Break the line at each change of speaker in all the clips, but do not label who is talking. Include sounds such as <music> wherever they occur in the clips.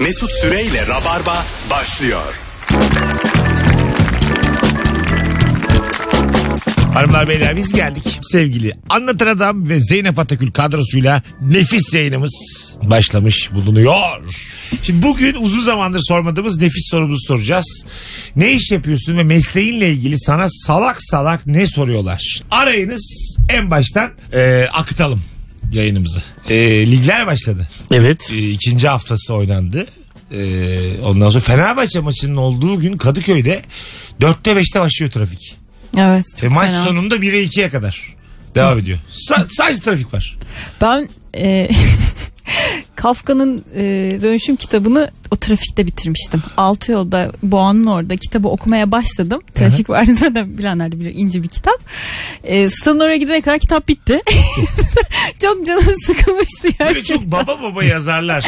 Mesut Süreyle Rabarba başlıyor.
Hanımlar beyler biz geldik sevgili Anlatan Adam ve Zeynep Atakül kadrosuyla nefis yayınımız başlamış bulunuyor. Şimdi bugün uzun zamandır sormadığımız nefis sorumuzu soracağız. Ne iş yapıyorsun ve mesleğinle ilgili sana salak salak ne soruyorlar? Arayınız en baştan e, akıtalım yayınımızı. E, ligler başladı.
Evet.
E, ikinci haftası oynandı. E, ondan sonra Fenerbahçe maçının olduğu gün Kadıköy'de 4'te 5'te başlıyor trafik.
Evet.
Ve
çok
E, maç
fena.
sonunda 1'e 2'ye kadar devam ediyor. Sa- sadece trafik var.
Ben e, <laughs> Kafka'nın e, dönüşüm kitabını o trafikte bitirmiştim. Altı yolda Boğan'ın orada kitabı okumaya başladım. Trafik vardı zaten bilenler de bilir ince bir kitap. E, Stan oraya gidene kadar kitap bitti. <laughs> çok canım sıkılmıştı
Böyle
gerçekten.
çok baba baba yazarlar.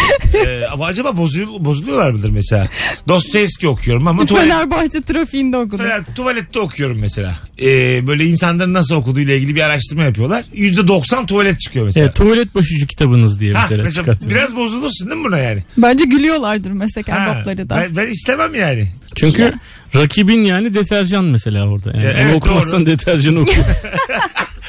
Ee, ama acaba bozul- bozuluyorlar mıdır mesela? Dostoyevski okuyorum ama tuvalet,
Fenerbahçe trafiğinde okudum.
tuvalet- tuvalette okuyorum mesela. Ee, böyle insanların nasıl okuduğuyla ilgili bir araştırma yapıyorlar. %90 tuvalet çıkıyor mesela.
Evet, E, tuvalet başucu kitabınız diye
Ha,
mesela,
mesela
çıkartıyor.
biraz bozulursun değil mi buna yani?
Bence gülüyorlardır meslek
Ha,
erbapları da.
ben, ben istemem yani.
Çünkü rakibin yani deterjan mesela orada. Yani.
Ya, E, evet,
Onu okumazsan deterjan
<laughs>
oku.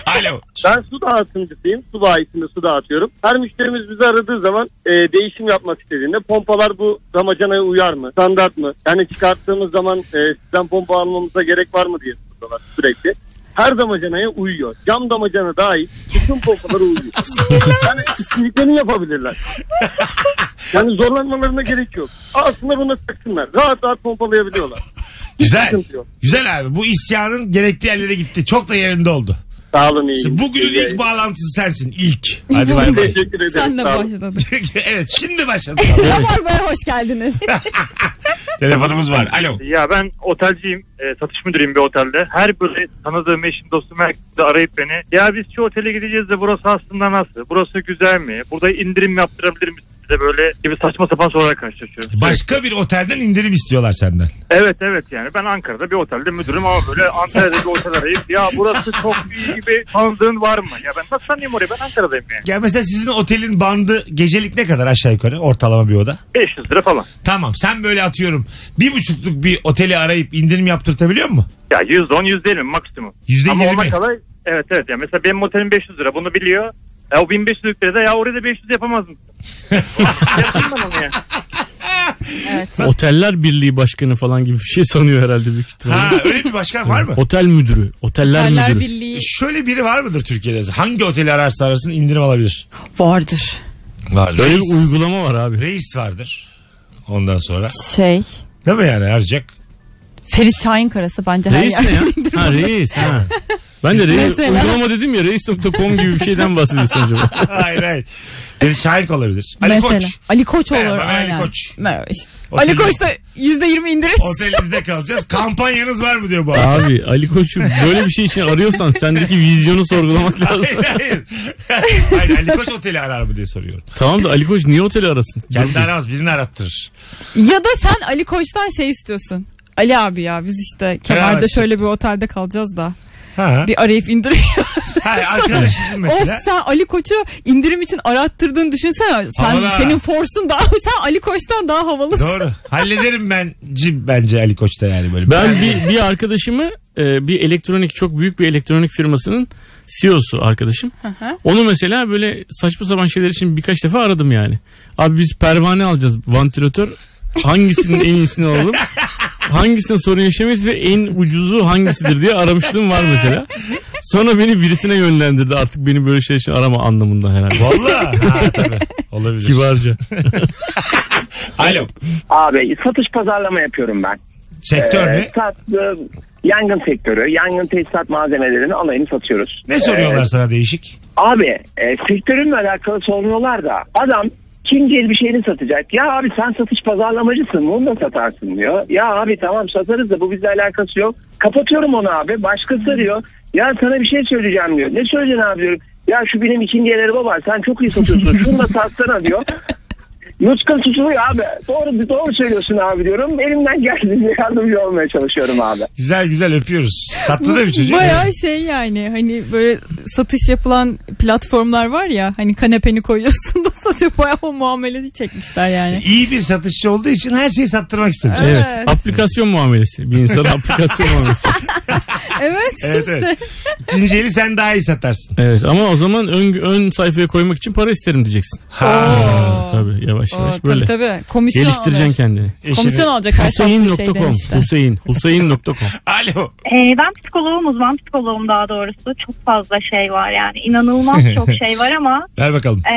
Alo.
Ben su dağıtımcısıyım. Su bahisinde su dağıtıyorum. Her müşterimiz bizi aradığı zaman e, değişim yapmak istediğinde pompalar bu damacanaya uyar mı? Standart mı? Yani çıkarttığımız zaman e, sizden pompa almamıza gerek var mı diye soruyorlar sürekli. Her damacanaya uyuyor. Cam damacana dahil bütün pompalara uyuyor. yani istediklerini yapabilirler. Yani zorlanmalarına gerek yok. Aslında bunu taksınlar. Rahat rahat pompalayabiliyorlar. Hiç
Güzel.
sıkıntı yok.
Güzel abi. Bu isyanın gerektiği yerlere gitti. Çok da yerinde oldu.
Sağ olun iyi.
Şimdi
günler.
Bugünün ilk bağlantısı sensin. İlk. Hadi
Bu-
bay bay.
Teşekkür ederim.
Sen de
Sağ olun.
başladın.
<laughs> evet şimdi başladı. <laughs>
Rabarba'ya hoş geldiniz.
Telefonumuz var. Alo.
Ya ben otelciyim. E, satış müdürüyüm bir otelde. Her böyle tanıdığım eşim dostum herkese arayıp beni. Ya biz şu otele gideceğiz de burası aslında nasıl? Burası güzel mi? Burada indirim yaptırabilir misiniz? de böyle gibi saçma sapan sorularla karşılaşıyorum.
Başka bir otelden indirim istiyorlar senden.
Evet evet yani ben Ankara'da bir otelde müdürüm ama böyle Antalya'da bir otel arayıp ya burası çok iyi gibi tanıdığın var mı? Ya ben nasıl tanıyayım orayı ben Ankara'dayım yani.
Ya mesela sizin otelin bandı gecelik ne kadar aşağı yukarı ortalama bir oda?
500 lira falan.
Tamam sen böyle atıyorum bir buçukluk bir oteli arayıp indirim yaptırtabiliyor mu?
Ya %10 %20 maksimum.
Yüzde
Ama ona
yirmi.
kadar evet evet yani mesela benim otelim 500 lira bunu biliyor. E, o 1500 lirada ya oraya da 500 yapamaz
<laughs>
mısın? Yapayım ben onu ya.
Oteller Birliği Başkanı falan gibi bir şey sanıyor herhalde büyük ihtimalle.
<laughs> Ha öyle bir başkan var mı?
Otel müdürü, oteller
Oteller
müdürü.
Birliği
Şöyle biri var mıdır Türkiye'de? Hangi oteli ararsa arasın indirim alabilir.
vardır.
Var.
Böyle
Reis,
bir uygulama var abi.
reis vardır. Ondan sonra.
Şey
Değil mi yani arayacak?
Ferit Şahin karası bence her
Reis ne
<laughs> yerde.
ya? Ha reis ha. Ben de reis,
Mesela.
uygulama dedim ya reis.com gibi bir şeyden bahsediyorsun acaba.
hayır <laughs> hayır. Bir şahin olabilir. Ali
Mesela.
Koç.
Ali Koç olur.
Merhaba, ben Ali
aynen.
Koç.
Merhaba işte.
Otel-
Ali Koç da yüzde yirmi indirir.
Otelinizde kalacağız. Kampanyanız var mı diyor bu adam.
Abi Ali Koç'um böyle bir şey için arıyorsan sendeki vizyonu sorgulamak lazım.
hayır hayır. hayır Ali Koç oteli arar mı diye soruyorum.
tamam da Ali Koç niye oteli arasın?
Kendi aramaz birini arattırır.
Ya da sen Ali Koç'tan şey istiyorsun. Ali abi ya biz işte kenarda
Fenerbahçe.
şöyle bir otelde kalacağız da
Ha.
bir arayıp indiriyor.
Hayır arkadaşısın
of
<laughs> mesela.
sen Ali Koç'u indirim için arattırdığını düşünsene. Sen
Havada.
senin forsun daha <laughs> sen Ali Koç'tan daha havalısın.
Doğru. Hallederim ben cim bence Ali Koç'ta yani böyle.
Ben
<laughs>
bir, bir arkadaşımı e, bir elektronik çok büyük bir elektronik firmasının CEO'su arkadaşım.
hı.
Onu mesela böyle saçma sapan şeyler için birkaç defa aradım yani. Abi biz pervane alacağız vantilatör. Hangisinin en iyisini alalım? Hangisine sorun yaşamayız ve en ucuzu hangisidir diye aramışlığım var mesela. Sonra beni birisine yönlendirdi artık beni böyle şey için arama
<laughs>
anlamında herhalde.
Valla. Ha, tabii. Olabilir.
Kibarca.
Alo.
Abi satış pazarlama yapıyorum ben.
Sektör
Ee,
ne?
sat, e, yangın sektörü, yangın tesisat malzemelerini alayını satıyoruz.
Ne soruyorlar sana değişik?
Abi e, sektörünle alakalı sormuyorlar da adam ikinci el bir şeyini satacak. Ya abi sen satış pazarlamacısın bunu da satarsın diyor. Ya abi tamam satarız da bu bizle alakası yok. Kapatıyorum onu abi başkası diyor. Ya sana bir şey söyleyeceğim diyor. Ne söyleyeceksin abi diyorum. Ya şu benim ikinci el araba var sen çok iyi satıyorsun şunu da satsana diyor. <laughs> Nutka tutuluyor abi. Doğru doğru söylüyorsun abi diyorum. Elimden geldiğince yardımcı olmaya çalışıyorum abi.
Güzel güzel öpüyoruz. Tatlı da bir çocuk.
Bayağı şey yani hani böyle satış yapılan platformlar var ya hani kanepeni koyuyorsun da <laughs> satıyor bayağı o muamelesi çekmişler yani.
İyi bir satışçı olduğu için her şeyi sattırmak istemiş.
Evet.
Evet.
Aplikasyon muamelesi.
<laughs>
Bir insan aplikasyon muamelesi.
Evet,
Evet,
işte
evet. İkinci eli sen daha iyi satarsın.
Evet ama o zaman ön, ön sayfaya koymak için para isterim diyeceksin.
Ha.
Ee, tabii yavaş
Oo,
yavaş
tabii
böyle.
tabii komisyon
Geliştireceksin
alacak.
kendini.
Eşini-
Komisyon alacak her sattığı şeyden
Huseyin.com
işte.
Huseyin.
<laughs>
Huseyin.com
Alo.
Ee, ben psikoloğum, uzman psikoloğum daha doğrusu. Çok fazla şey var yani. inanılmaz
<laughs>
çok şey var ama
Ver bakalım.
e,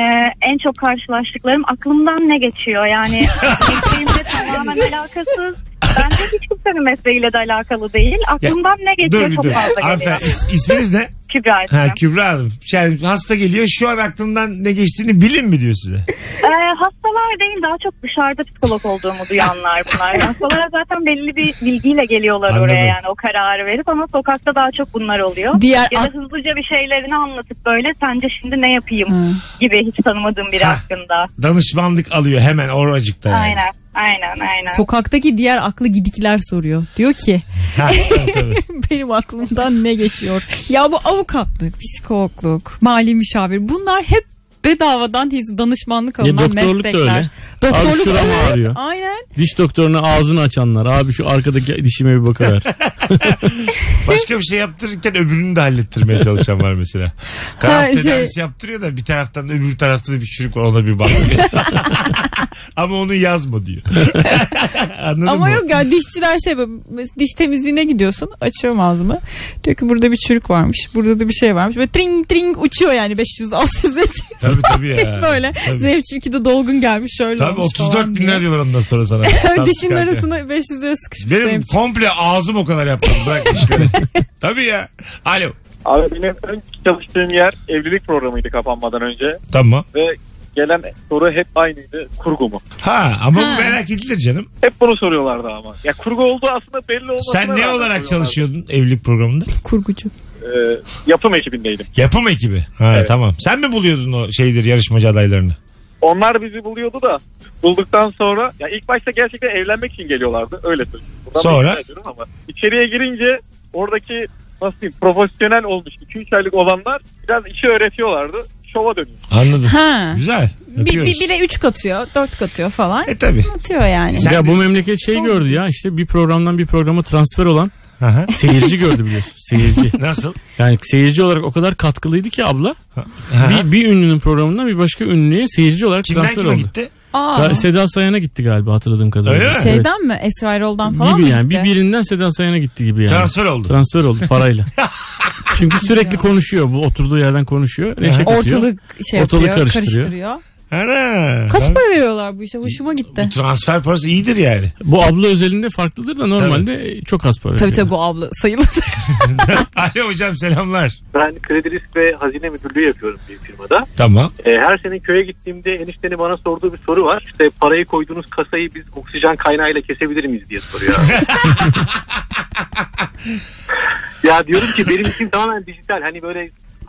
en çok karşılaştıklarım aklımdan ne geçiyor? Yani
<laughs>
mesleğimle tamamen alakasız. Bence hiç kimsenin mesleğiyle de alakalı değil. Aklımdan ne geçiyor
Dur bir
çok
dur.
fazla geliyor.
Hanımefendi is- isminiz ne?
Kübra
Ha,
ismim.
Kübra Hanım. Şey, hasta geliyor şu an aklımdan ne geçtiğini bilin mi diyor size?
Ee, hastalar değil daha çok dışarıda psikolog olduğumu duyanlar
<laughs>
bunlar. Hastalara zaten belli bir bilgiyle geliyorlar oraya
Anladım.
yani o kararı verip ama sokakta daha çok bunlar oluyor.
Diğer
ya da
ak-
hızlıca bir şeylerini anlatıp böyle sence şimdi ne yapayım
Hı.
gibi hiç tanımadığım biri
Ha.
hakkında.
Danışmanlık alıyor hemen oracıkta yani.
Aynen aynen aynen.
Sokaktaki diğer aklı gidikler soruyor. Diyor ki <laughs>
Ha, tabii, tabii.
benim aklımdan ne geçiyor? Ya bu avukatlık, psikologluk, mali müşavir bunlar hep bedavadan hiç danışmanlık alınan
doktorluk da
meslekler.
öyle. Abi şuram ağrıyor.
Aynen.
Diş doktoruna ağzını açanlar. Abi şu arkadaki dişime bir bakıver.
Başka bir şey yaptırırken öbürünü de hallettirmeye çalışan var mesela. Kanat
Ha, şey-
tedavisi yaptırıyor da bir taraftan da öbür tarafta da bir çürük var ona bir bak. <laughs> Ama onu yazma diyor. Anladın
Ama
mı?
yok ya dişçiler şey böyle, mes- diş temizliğine gidiyorsun açıyorum ağzımı. Diyor ki burada bir çürük varmış. Burada da bir şey varmış. Böyle tring tring uçuyor yani 500 600 etti
Tabii
<laughs>
tabii ya.
böyle.
Tabii.
Zeynep de dolgun gelmiş şöyle
Tabii
olmuş
34
falan
bin lira
diye.
diyorlar ondan
<laughs>
sonra sana. Tam
Dişin
çıkarken.
arasına şey- 500 lira sıkışmış
Benim
Zeynepçik.
komple ağzım o kadar yaptım.
<laughs>
Bırak dişleri. Tabii ya. Alo.
Abi benim önceki çalıştığım yer evlilik programıydı kapanmadan önce.
Tamam.
Ve gelen soru hep aynıydı. Kurgu mu?
Ha ama
Ha.
bu merak edilir canım.
Hep bunu soruyorlardı ama. Ya kurgu olduğu aslında belli olmasına
Sen ne
rağmen
olarak
soruyorlardı.
çalışıyordun evlilik programında?
kurgucu.
Ee, yapım ekibindeydim.
Yapım ekibi. Ha
Evet.
tamam. Sen mi buluyordun o şeyleri yarışmacı adaylarını?
Onlar bizi buluyordu da bulduktan sonra ya ilk başta gerçekten evlenmek için geliyorlardı. Öyle söyleyeyim. Buradan
Sonra?
da rica ediyorum Ama içeriye girince oradaki nasıl diyeyim profesyonel olmuş 2-3 aylık olanlar biraz işi öğretiyorlardı. Şova dönüyor.
Anladım.
Ha.
Güzel.
Bir,
Öpüyoruz.
bir, bire 3 katıyor, 4 katıyor falan.
E tabi.
Atıyor yani.
<laughs> Sen
ya
de-
bu memleket şey gördü ya işte bir programdan bir programa transfer olan
<laughs>
Aha.
seyirci gördü biliyorsun. Seyirci.
Nasıl?
Yani seyirci olarak o kadar katkılıydı ki abla.
Aha.
Bir, bir ünlünün programından bir başka ünlüye seyirci olarak
Kimden
transfer
kime
oldu.
gitti?
Aa,
Ya Seda Sayan'a gitti galiba hatırladığım kadarıyla.
Öyle mi?
Evet.
şeyden mi? Esra Erol'dan falan
gibi
mı
yani.
gitti?
Bir birinden Seda Sayan'a gitti gibi yani.
Transfer oldu.
Transfer oldu
<laughs>
parayla. Çünkü sürekli konuşuyor. Bu oturduğu yerden konuşuyor. Neşe katıyor.
Ortalık şey
Ortalık
yapıyor, karıştırıyor.
karıştırıyor.
Ana.
Kaç
Tabii.
para veriyorlar bu işe? Hoşuma gitti.
Bu transfer parası
<laughs>
iyidir yani. <laughs>
Bu abla özelinde farklıdır da normalde çok az para.
Tabii
ödüyor.
tabii bu abla sayılır.
Alo hocam selamlar.
Ben kredi risk ve hazine müdürlüğü yapıyorum bir firmada.
Tamam.
E, her sene köye gittiğimde eniştenin bana sorduğu bir soru var. İşte parayı koyduğunuz kasayı biz oksijen kaynağıyla kesebilir miyiz diye soruyor. ya diyorum ki benim işim tamamen dijital. Hani böyle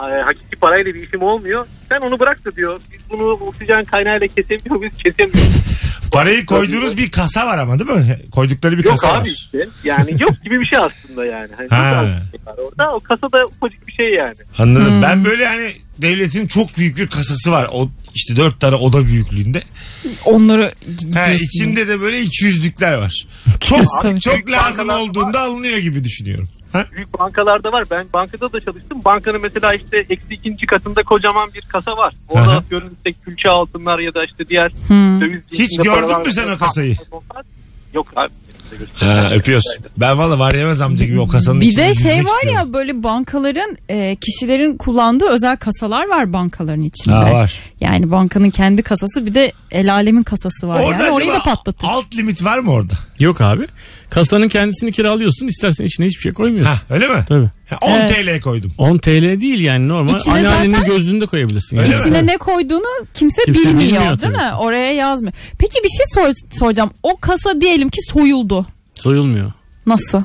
e, hakiki parayla bir işim olmuyor. Sen onu bırak da diyor. Biz bunu oksijen kaynağıyla kesebiliyor muyuz? Kesemiyoruz.
Parayı koyduğunuz bir kasa var ama değil mi? Koydukları bir
Yok
kasa
abi
var.
işte. Yani yok gibi bir şey aslında yani. Hani
Ha.
nasıl az bir şey var orada. O kasada ufacık bir şey yani.
Anladım. Ben
Hmm.
böyle hani devletin çok büyük bir kasası var. O işte dört tane oda büyüklüğünde.
Onları
Ha,
gidiyorsun.
içinde de böyle 200'lükler
<laughs>
var. Çok
Tabii.
çok lazım
Bankalar
olduğunda alınıyor gibi düşünüyorum. Ha?
büyük bankalarda var. Ben bankada da çalıştım. Bankanın mesela işte eksi ikinci katında kocaman bir kasa var. Orada
Aha.
atıyorum işte külçe altınlar ya da işte diğer
Hmm.
döviz
Hiç
cinsinde
gördün
paralar-
mü sen o kasayı?
Yok abi.
Ha, öpüyoruz. Ben valla var yemez amca gibi o kasanın
Bir
içinde
de
yüzmek
şey var
istiyorum.
ya böyle bankaların e, kişilerin kullandığı özel kasalar var bankaların içinde.
Ha, var.
Yani bankanın kendi kasası bir de el alemin kasası var yani. Orayı da
acaba
patlatır.
Alt limit var mı orada?
Yok abi. Kasanın kendisini kiralıyorsun. İstersen içine hiçbir şey koymuyorsun.
Ha, öyle mi?
Tabii.
Ha, 10
Evet.
TL
<laughs>
koydum.
10 TL değil yani normal.
İçine
Anneannenin
zaten-
gözlüğünü de koyabilirsin. Yani.
Öyle mi?
İçine ne koyduğunu kimse,
Kimse
bilmiyor,
bilmiyor
değil
tabii.
mi? Oraya yazmıyor. Peki bir şey sor- soracağım. O kasa diyelim ki soyuldu.
Soyulmuyor.
Nasıl?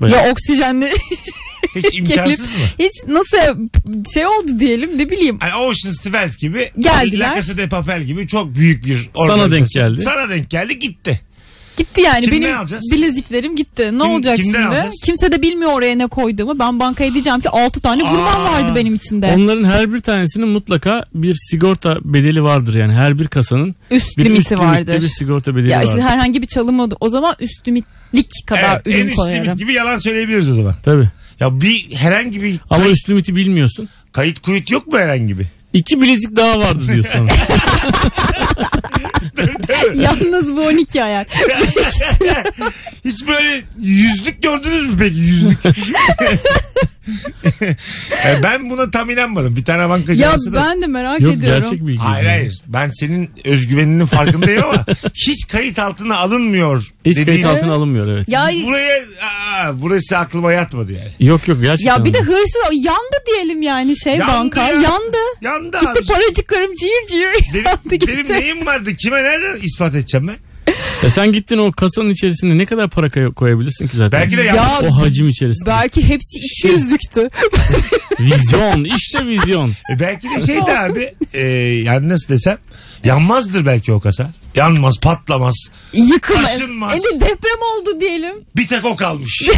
Bayağı.
Ya oksijenli <laughs>
Hiç imkansız mı?
Hiç nasıl şey oldu diyelim ne bileyim.
Hani Ocean's 12 gibi.
Geldiler.
La Casa de Papel gibi çok büyük bir
Sana denk geldi.
Sana denk geldi gitti.
Gitti yani
Kimden
benim
alacağız?
bileziklerim gitti. Ne
Kim-
olacak
kimden
şimdi?
alacağız?
Kimse de bilmiyor oraya ne koyduğumu. Ben bankaya diyeceğim ki 6 tane
Aa.
kurban vardı benim içinde.
Onların her bir tanesinin mutlaka bir sigorta bedeli vardır yani her bir kasanın
üst
bir
limiti
üst limitte
vardır.
bir sigorta bedeli
ya işte
vardır.
herhangi bir çalım oldu. O zaman üst limitlik kadar
Evet, en
ürün
üst
koyarım. <laughs>
limit gibi yalan söyleyebiliriz o zaman.
Tabii.
Ya bir herhangi bir
Ama
kayıt,
üst limiti bilmiyorsun.
kayıt kuyut yok mu herhangi bir?
<laughs>
İki bilezik daha vardı diyor <laughs> sana.
Yalnız bu 12
<laughs>
ayar.
Hiç böyle yüzlük gördünüz mü peki
<laughs>
yüzlük? Ya ben buna tam inanmadım. Bir tane bankacı
ya
arası da-
ben de merak
Yok
ediyorum.
gerçek bilgi.
Hayır hayır. Ben senin özgüveninin farkındayım ama hiç kayıt altına alınmıyor.
Hiç
dediğin-
kayıt altına alınmıyor evet.
Ya
Buraya aa, burası aklıma yatmadı yani.
Yok yok gerçekten.
ya bir de
alınmıyor.
hırsız yandı diyelim yani şey
Yandı
banka.
ya.
Yandı.
Yandı abi.
Gitti paracıklarım cihir cihir <laughs> yandı
Benim,
gitti.
benim neyim vardı? Kime nereden ispat edeceğim ben?
Ya E, sen gittin o kasanın içerisine ne kadar para kay- koyabilirsin ki zaten?
Belki de
Ya-
yandı.
O hacim içerisinde.
Belki hepsi <laughs>
Şey,
200'lüktü.
Vizyon işte vizyon.
E belki de
<laughs>
şeydi abi. E, yani nasıl desem? Yanmazdır belki o kasa. Yanmaz, patlamaz.
Yıkılmaz.
Taşınmaz.
E de deprem oldu diyelim.
Bir tek
<laughs>
o kalmış.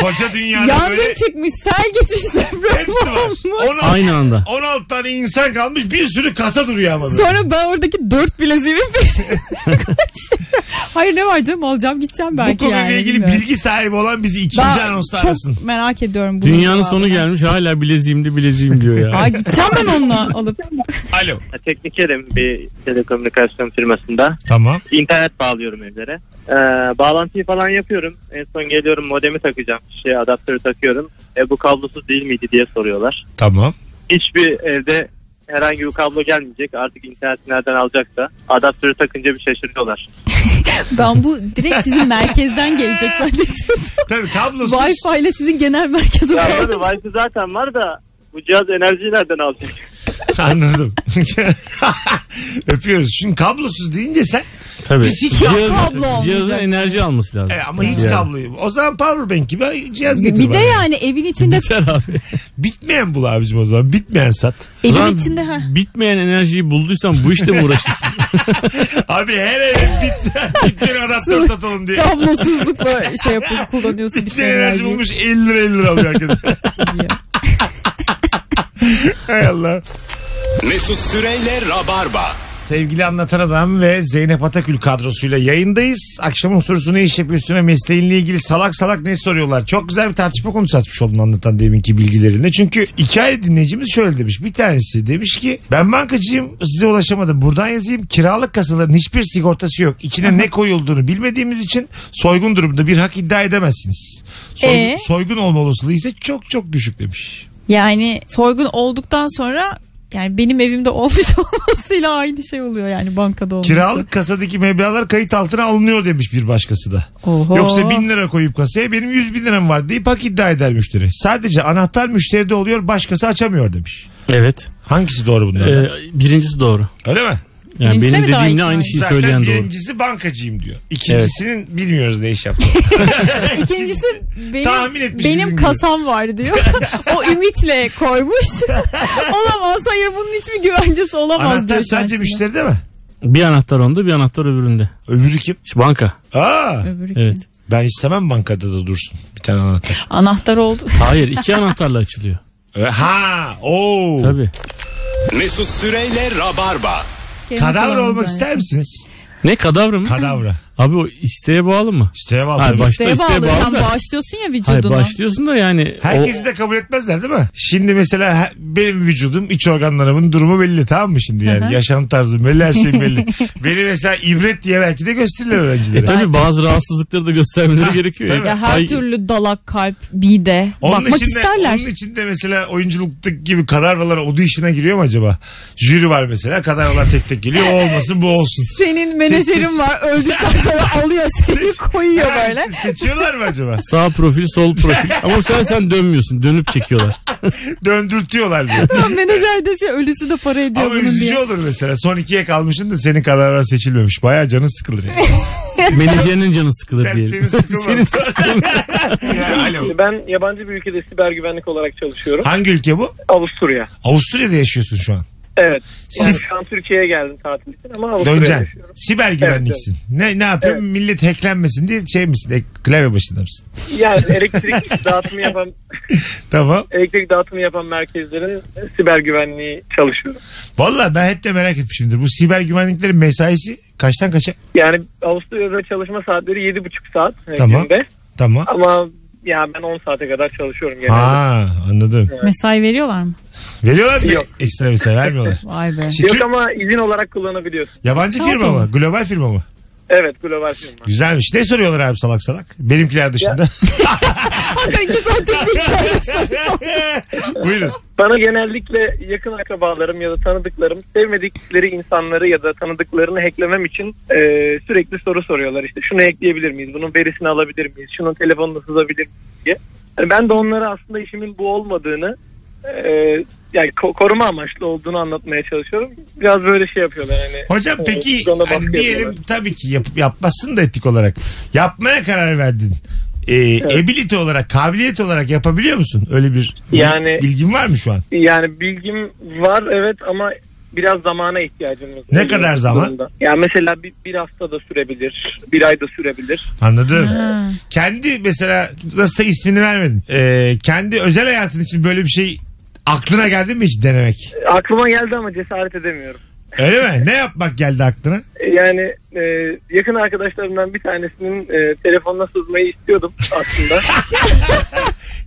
Koca dünyada
Yangın
böyle
çıkmış, sel gitmiş, deprem
hepsi var.
olmuş.
16,
Aynı anda.
16 tane insan kalmış bir sürü kasa duruyor ama. böyle.
Sonra ben oradaki dört bileziğimin peşine koşuyorum. <laughs> Hayır ne var canım alacağım gideceğim belki
Bu konuyla
yani.
ilgili
bilmiyorum.
bilgi sahibi olan bizi ikinci
Ben
anonsta
çok
arasın.
merak ediyorum bunu.
Dünyanın sonu gelmiş hala bileziğimde bileziğim diyor ya.
Aa, gideceğim ben onunla alıp.
Alo.
Teknikerim bir telekomünikasyon firmasında.
Tamam.
İnternet bağlıyorum evlere. Ee, bağlantıyı falan yapıyorum. En son geliyorum modemi takacağım. Şey, adaptörü takıyorum. E, bu kablosuz değil miydi diye soruyorlar.
Tamam.
Hiçbir evde herhangi bir kablo gelmeyecek. Artık interneti nereden alacaksa. Adaptörü takınca bir şaşırıyorlar.
Ben bu direkt sizin merkezden gelecek
<laughs>
zannediyordum.
Tabii kablosuz.
Wi-Fi ile sizin genel merkeze
Ya
bağlı.
tabii Wi-Fi zaten var da bu cihaz enerjiyi nereden alacak?
<laughs> Anladım. <laughs> Öpüyoruz. Şimdi kablosuz deyince sen
Tabii.
Biz hiç
kablo olmayacak.
Cihazın enerji alması lazım.
e, ama hiç
Yani.
kabloyu. O zaman powerbank gibi cihaz getir
Bir de
bana.
yani evin içinde
Biter abi.
Bitmeyen bul abicim o zaman. Bitmeyen sat.
Lan
evin içinde ha.
Bitmeyen enerjiyi bulduysan bu işte mi uğraşırsın?
Abi her eve bitti. Bitmeyen <laughs> adaptör satalım diye.
Kablosuzlukla şey
<laughs>
yapıyorsun kullanıyorsun. bütün
Bitmeyen enerji
enerjiyi.
bulmuş 50 lira 50 lira alıyor herkes. Hay Allah.
Mesut Süreyle Rabarba.
Sevgili Anlatan Adam ve Zeynep Atakül kadrosuyla yayındayız. Akşamın sorusu ne iş yapıyorsun ve mesleğinle ilgili salak salak ne soruyorlar? Çok güzel bir tartışma konusu açmış oldun anlatan deminki bilgilerinde. Çünkü iki ayrı dinleyicimiz şöyle demiş. Bir tanesi demiş ki ben bankacıyım size ulaşamadım. Buradan yazayım kiralık kasaların hiçbir sigortası yok. İçine ne koyulduğunu bilmediğimiz için soygun durumda bir hak iddia edemezsiniz. Soygun,
Ee?
soygun olma olasılığı ise çok çok düşük demiş.
Yani soygun olduktan sonra yani benim evimde olmuş <laughs> olmasıyla aynı şey oluyor yani bankada olması.
Kiralık kasadaki meblağlar kayıt altına alınıyor demiş bir başkası da.
Oho.
Yoksa bin lira koyup kasaya benim yüz bin liram var deyip hak iddia eder müşteri. Sadece anahtar müşteride oluyor başkası açamıyor demiş.
evet.
Hangisi doğru bunlardan?
Ee, birincisi doğru.
Öyle mi?
Yani
Birincisi
benim
mi daha
dediğimle
iyi?
aynı şeyi
Zaten
söyleyen doğru.
birincisi bankacıyım diyor. İkincisinin
<laughs>
bilmiyoruz ne iş yaptığını.
İkincisi
Tahmin etmiş
benim,
bizim
benim
gibi.
kasam var diyor. o ümitle koymuş.
<laughs>
olamaz hayır bunun hiçbir güvencesi olamaz
anahtar
diyor.
sadece
kendisine.
müşteride mi?
Bir anahtar onda bir anahtar öbüründe.
Öbürü kim?
İşte banka.
Aa,
Öbürü kim?
Evet.
ben istemem bankada da dursun bir tane anahtar. Ee,
Anahtar <laughs> oldu.
Hayır iki anahtarla
<laughs>
açılıyor.
Ha, o.
Tabii.
Mesut Süreyle Rabarba.
Kadavra olmak
Yani.
ister misiniz?
Ne kadavra mı? <laughs>
Kadavra.
Abi o isteğe bağlı mı?
İsteğe
Hayır,
bağlı.
baş-
İsteğe
İsteğe
bağlı.
bağlı
Sen
da-
bağışlıyorsun ya
Hayır
vücudunu.
başlıyorsun da yani.
Herkesi de kabul etmezler değil mi? Şimdi mesela he- benim vücudum, iç organlarımın durumu belli tamam mı şimdi yani? Yaşam tarzım belli, her şey
<laughs>
belli. Beni mesela ibret diye belki de gösterirler
O, e
öğrencilere.
tabii bazı rahatsızlıkları da göstermeleri
Ha,
gerekiyor.
tabii.
ya her
Ay-
türlü dalak, kalp, bide
Onun
bakmak
içinde,
isterler.
Onun içinde mesela oyunculuktaki gibi kadavralar odu işine giriyor mu acaba? Jüri var mesela kadavralar tek tek geliyor. O olmasın bu olsun.
Senin
Ses-
menajerin var öldükten
<laughs>
sola alıyor seni koyuyor
Ha,
böyle.
işte seçiyorlar mı acaba?
<laughs>
Sağ profil sol
<laughs>
profil. Ama bu sefer sen dönmüyorsun. Dönüp çekiyorlar.
Döndürtüyorlar mı?
Menajer dese ölüsü de para ediyor
Ama
bunun
üzücü
diye.
olur mesela. Son ikiye kalmışsın da senin kararlar seçilmemiş. Baya canın sıkılır yani.
Menajerinin canı sıkılır
Yani
diye. <laughs>
senin sıkılmaz. <laughs> Ya, alo.
Ben yabancı bir ülkede siber güvenlik olarak çalışıyorum.
Hangi ülke bu?
Avusturya.
Avusturya'da yaşıyorsun şu an.
Evet. Yani
Sif-
şu an Türkiye'ye geldim tatil için ama Avusturya'ya
Döneceksin.
yaşıyorum.
Siber güvenliksin. Ne ne yapıyorsun? Millet hacklenmesin diye şey misin? Ek, klavye başında mısın? <laughs>
Yani elektrik <laughs> dağıtımı yapan
Tamam.
elektrik dağıtımı yapan merkezlerin siber güvenliği çalışıyorum.
Valla ben hep de merak etmişimdir. Bu siber güvenliklerin mesaisi kaçtan kaça?
Yani Avusturya'da çalışma saatleri 7,5 saat e,
Tamam.
günde.
Tamam.
Ama ya ben 10 saate kadar çalışıyorum genelde.
Ha anladım.
Mesai veriyorlar mı?
Veriyorlar mı?
Yok.
Ekstra
<laughs>
mesai vermiyorlar.
Vay be.
Şimdi
Yok
Türk-
ama izin olarak kullanabiliyorsun.
yabancı
Tamam,
firma mı? Global firma mı?
Evet global firma.
Güzelmiş. Ne soruyorlar abi salak salak? Benimkiler dışında.
Hatta iki saattir
<laughs>
bir
<laughs> Buyurun.
Bana genellikle yakın akrabalarım ya da tanıdıklarım sevmedikleri insanları ya da tanıdıklarını hacklemem için e, sürekli soru soruyorlar. İşte şunu hackleyebilir miyiz? Bunun verisini alabilir miyiz? Şunun telefonunu sızabilir miyiz diye. Yani ben de onlara aslında işimin bu olmadığını e, yani ko- koruma amaçlı olduğunu anlatmaya çalışıyorum. Biraz böyle şey yapıyorlar hani.
Hocam
e,
peki
biz ona baskı
hani diyelim
yapıyorlar.
tabii ki yap, yapmazsın da etik olarak. Yapmaya karar verdin. Ee, Ability olarak, kabiliyet olarak yapabiliyor musun? Öyle bir bil-
Yani-
bilgin var mı şu an?
Yani bilgim var evet ama biraz zamana ihtiyacımız var.
Ne kadar zaman?
Ya yani mesela bir, bir hafta da sürebilir, bir ay da sürebilir.
Anladım. Kendi mesela nasılsa ismini vermedin. Ee, kendi özel hayatın için böyle bir şey aklına geldi mi hiç denemek?
Aklıma geldi ama cesaret edemiyorum.
Öyle mi? Ne yapmak geldi aklına?
Yani e, yakın arkadaşlarımdan bir tanesinin e, telefonuna sızmayı istiyordum
<laughs>
aslında.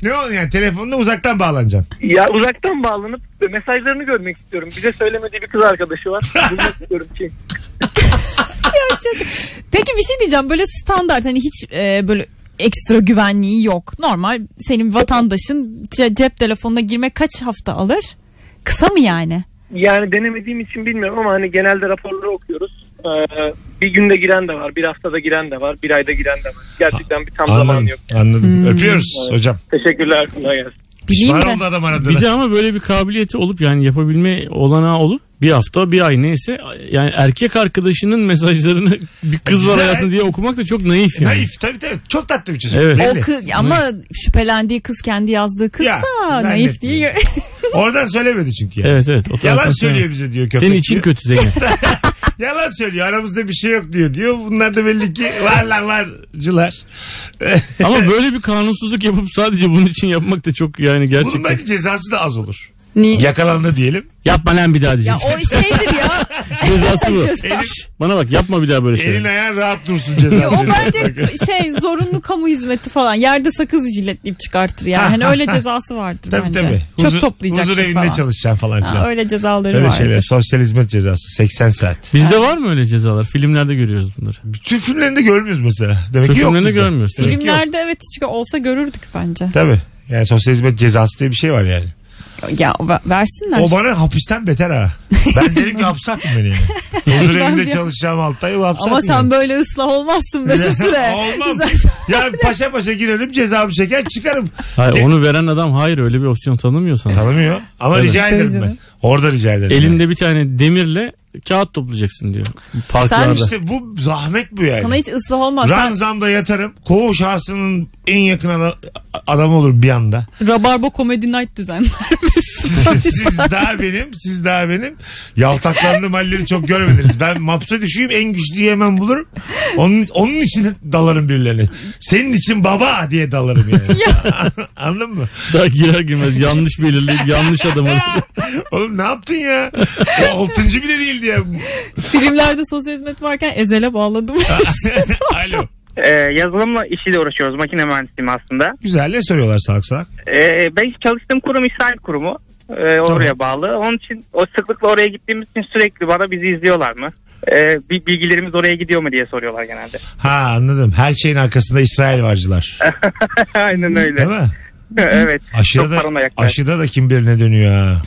Ne oldu yani telefonla uzaktan bağlanacaksın.
ya uzaktan bağlanıp mesajlarını görmek istiyorum. Bize söylemediği bir kız arkadaşı
<laughs>
var. Bulmak istiyorum ki.
Peki bir şey diyeceğim. Böyle standart hani hiç e, böyle ekstra güvenliği yok. Normal senin vatandaşın ce- cep telefonuna girmek kaç hafta alır? Kısa mı yani?
Yani denemediğim için bilmiyorum ama hani genelde raporları okuyoruz. Ee, bir günde giren de var, bir haftada giren de var, bir ayda giren de var. Gerçekten bir tam zaman
Anladım.
yok.
Hmm.
Anladım. Öpüyoruz hocam.
Teşekkürler. Kolay gelsin.
Bileyim
Var
de.
oldu adam aradığına.
Bir de ama böyle bir kabiliyeti olup yani yapabilme olanağı olup bir hafta bir ay neyse yani erkek arkadaşının mesajlarını bir kız var
Güzel.
hayatında diye okumak da çok naif yani.
Naif tabii tabii. Çok tatlı bir çocuk.
Evet.
Belli.
O kız, ama şüphelendiği kız kendi yazdığı kızsa
Ya,
naif
<laughs>
değil.
Oradan söylemedi çünkü. yani.
Evet evet. O
Yalan
taraftan
söylüyor
sonra-
bize diyor köpek.
Senin için
diyor.
kötü Zeynep.
<laughs> Yalan söylüyor aramızda bir şey yok diyor. Diyor bunlar da belli ki var lan varcılar.
<laughs> Ama böyle bir kanunsuzluk yapıp sadece bunun için yapmak da çok yani
Bunun
gerçekten.
bence cezası da az olur.
Niye?
Yakalandı diyelim.
Yapma lan bir daha
Ya
diyecek.
<laughs>
o şeydir ya.
<laughs> Cezası bu.
Ceza.
Şşş, Bana bak yapma bir daha böyle
Elin
şey.
ayağın rahat dursun cezası.
Ya o
<laughs>
bence şey zorunlu kamu hizmeti falan. Yerde sakız jiletleyip çıkartır yani. Hani
<laughs>
öyle cezası vardır
Tabii
bence.
tabii.
Çöp
Huzur-
toplayacaktır
Huzur evinde
falan.
çalışacaksın falan
Ha,
filan. öyle
öyle cezaları vardır.
şeyler. Sosyal hizmet cezası. 80 saat.
Bizde var mı öyle cezalar? Filmlerde görüyoruz bunları.
Bütün filmlerinde görmüyoruz mesela. Demek
Türk
ki yok
filmlerinde
bizde.
görmüyoruz.
Demek ki yok.
Filmlerde evet çünkü olsa görürdük bence.
Tabii. Yani sosyal hizmet cezası diye bir şey var yani.
Ya va- versinler.
O bana hapisten beter ha. Ben derim ki hapse atın
<laughs>
beni yani. Huzur evinde çalışacağım altı ay bu hapse
Ama
atın
sen
yani.
böyle ıslah olmazsın
<laughs>
Mesut Süre.
Olmam.
Güzel-
Ya paşa paşa girerim cezamı çeker çıkarım.
Hayır,
De-
onu veren adam hayır öyle bir opsiyon tanımıyor sana.
Tanımıyor ama
Evet.
rica ederim
Tabii
ben.
canım.
Orada rica ederim.
Elinde bir tane demirle kağıt toplayacaksın diyor. Parklarda.
Yani.
<laughs>
İşte bu zahmet bu yani.
Sana hiç ıslah olmaz. Sen
Ranzamda yatarım. Koğuş ağasının en yakın ana- adamı olur bir anda.
Rabarba Comedy Night
<laughs>
düzenlermişsin.
Siz daha benim, siz daha benim. Yaltaklandığım halleri çok görmediniz. Ben mapsa düşeyim en güçlüyü hemen bulurum. Onun, onun için dalarım birilerine. Senin için baba diye dalarım yani. <laughs> Anladın mı?
Daha girer girmez yanlış belirleyip yanlış adamı. <laughs>
Oğlum ne yaptın ya? O altıncı bile değildi ya.
Filmlerde sosyal hizmet varken ezele
<laughs>
bağladım.
Alo.
Ee, yazılımla işiyle uğraşıyoruz. Makine mühendisiyim aslında.
Güzel ne soruyorlar salak salak?
Ee, ben çalıştığım kurum İsrail kurumu. Ee, oraya bağlı. Onun için o sıklıkla oraya gittiğimiz için sürekli bana bizi izliyorlar mı? Ee, bi- bilgilerimiz oraya gidiyor mu diye soruyorlar genelde.
Ha anladım. Her şeyin arkasında İsrail varcılar.
<laughs> Aynen öyle.
Değil mi?
evet.
Aşıda
Çok
da,
paranoyak.
aşıda da kim birine dönüyor ha.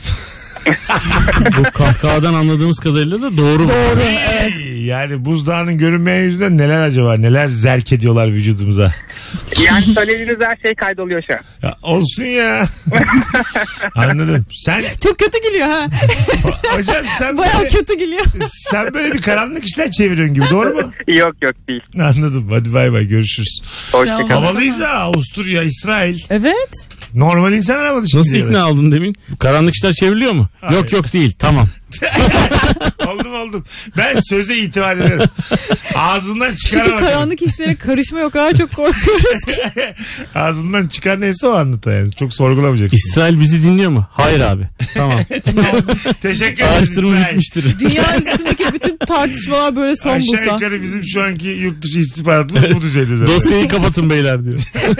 Bu kahkahadan anladığımız kadarıyla da doğru. Doğru.
Ey, Yani buzdağının görünmeyen yüzünden neler acaba? Neler zerk ediyorlar vücudumuza.
Yani söylediğiniz her şey kaydoluyor şu an.
Ya
<laughs>
olsun ya. Anladım. Sen
Çok kötü gülüyor
<laughs>
ha.
hocam sen
Baya
böyle,
kötü gülüyor.
sen böyle bir karanlık işler çeviriyorsun gibi doğru mu?
Yok yok değil.
Anladım. Hadi bay bay görüşürüz.
Ya.
Hoşçakalın.
Havalıyız ha Avusturya, İsrail.
Evet.
Normal insan aramadı şimdi.
Nasıl ikna oldun demin? Karanlık işler çevriliyor mu?
Hayır.
Yok yok değil tamam.
Oldum oldum. Ben söze itibar ederim. Ağzından
Çünkü
çıkaramadım.
karanlık işlere karışmaya o kadar çok
<laughs>
korkuyoruz ki.
Ağzından çıkan neyse o anlat yani. Çok sorgulamayacaksın.
İsrail bizi dinliyor mu? Hayır
<laughs>
abi. Tamam.
Teşekkür ederim.
Araştırma
İsrail.
bitmiştir.
Dünya üstündeki bütün tartışmalar böyle son
Aşağı
bulsa.
yukarı bizim şu anki yurt dışı istihbaratımız bu düzeyde zaten.
Dosyayı kapatın
<laughs>
beyler diyor.
<laughs>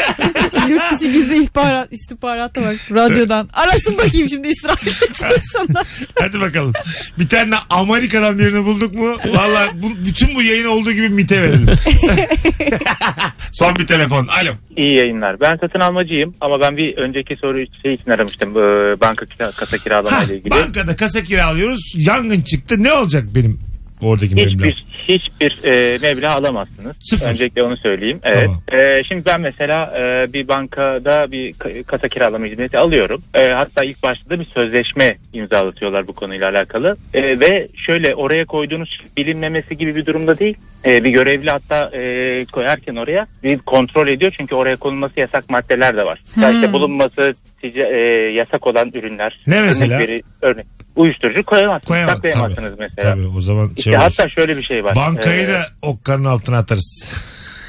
Yurt dışı gizli ihbarat, istihbarata bak radyodan. Arasın bakayım şimdi İsrail'de çalışanlar.
Hadi bakalım. Bir tane Amerika'dan birini bulduk mu? Valla bu, bütün bu yayın olduğu gibi MIT'e verin.
<laughs>
Son bir telefon. Alo.
İyi yayınlar. Ben satın almacıyım ama ben bir önceki soru şey için aramıştım. Ee, Banka kira- kasa kiralama
Ha,
ile ilgili.
bankada kasa kiralıyoruz. Yangın çıktı. Ne olacak benim oradaki memlem?
Hiçbir şey hiçbir e, meblağ alamazsınız.
Sıfır.
Öncelikle onu söyleyeyim. Evet.
Tamam.
E, şimdi ben mesela e, bir bankada bir ka- kasa kiralama hizmeti alıyorum. E, hatta ilk başta da bir sözleşme imzalatıyorlar bu konuyla alakalı. E, ve şöyle oraya koyduğunuz şey bilinmemesi gibi bir durumda değil. E, bir görevli hatta e, koyarken oraya bir kontrol ediyor çünkü oraya konulması yasak maddeler de var. Ya işte bulunması tica- e, yasak olan ürünler.
Ne mesela?
Örnek, veri- örnek uyuşturucu koyamazsınız.
Koyamam.
Saklayamazsınız
Tabii.
mesela.
Tabii o zaman
İşte
şey olur.
hatta şöyle bir şey var.
Bankayı
Ee,
da okkanın altına atarız.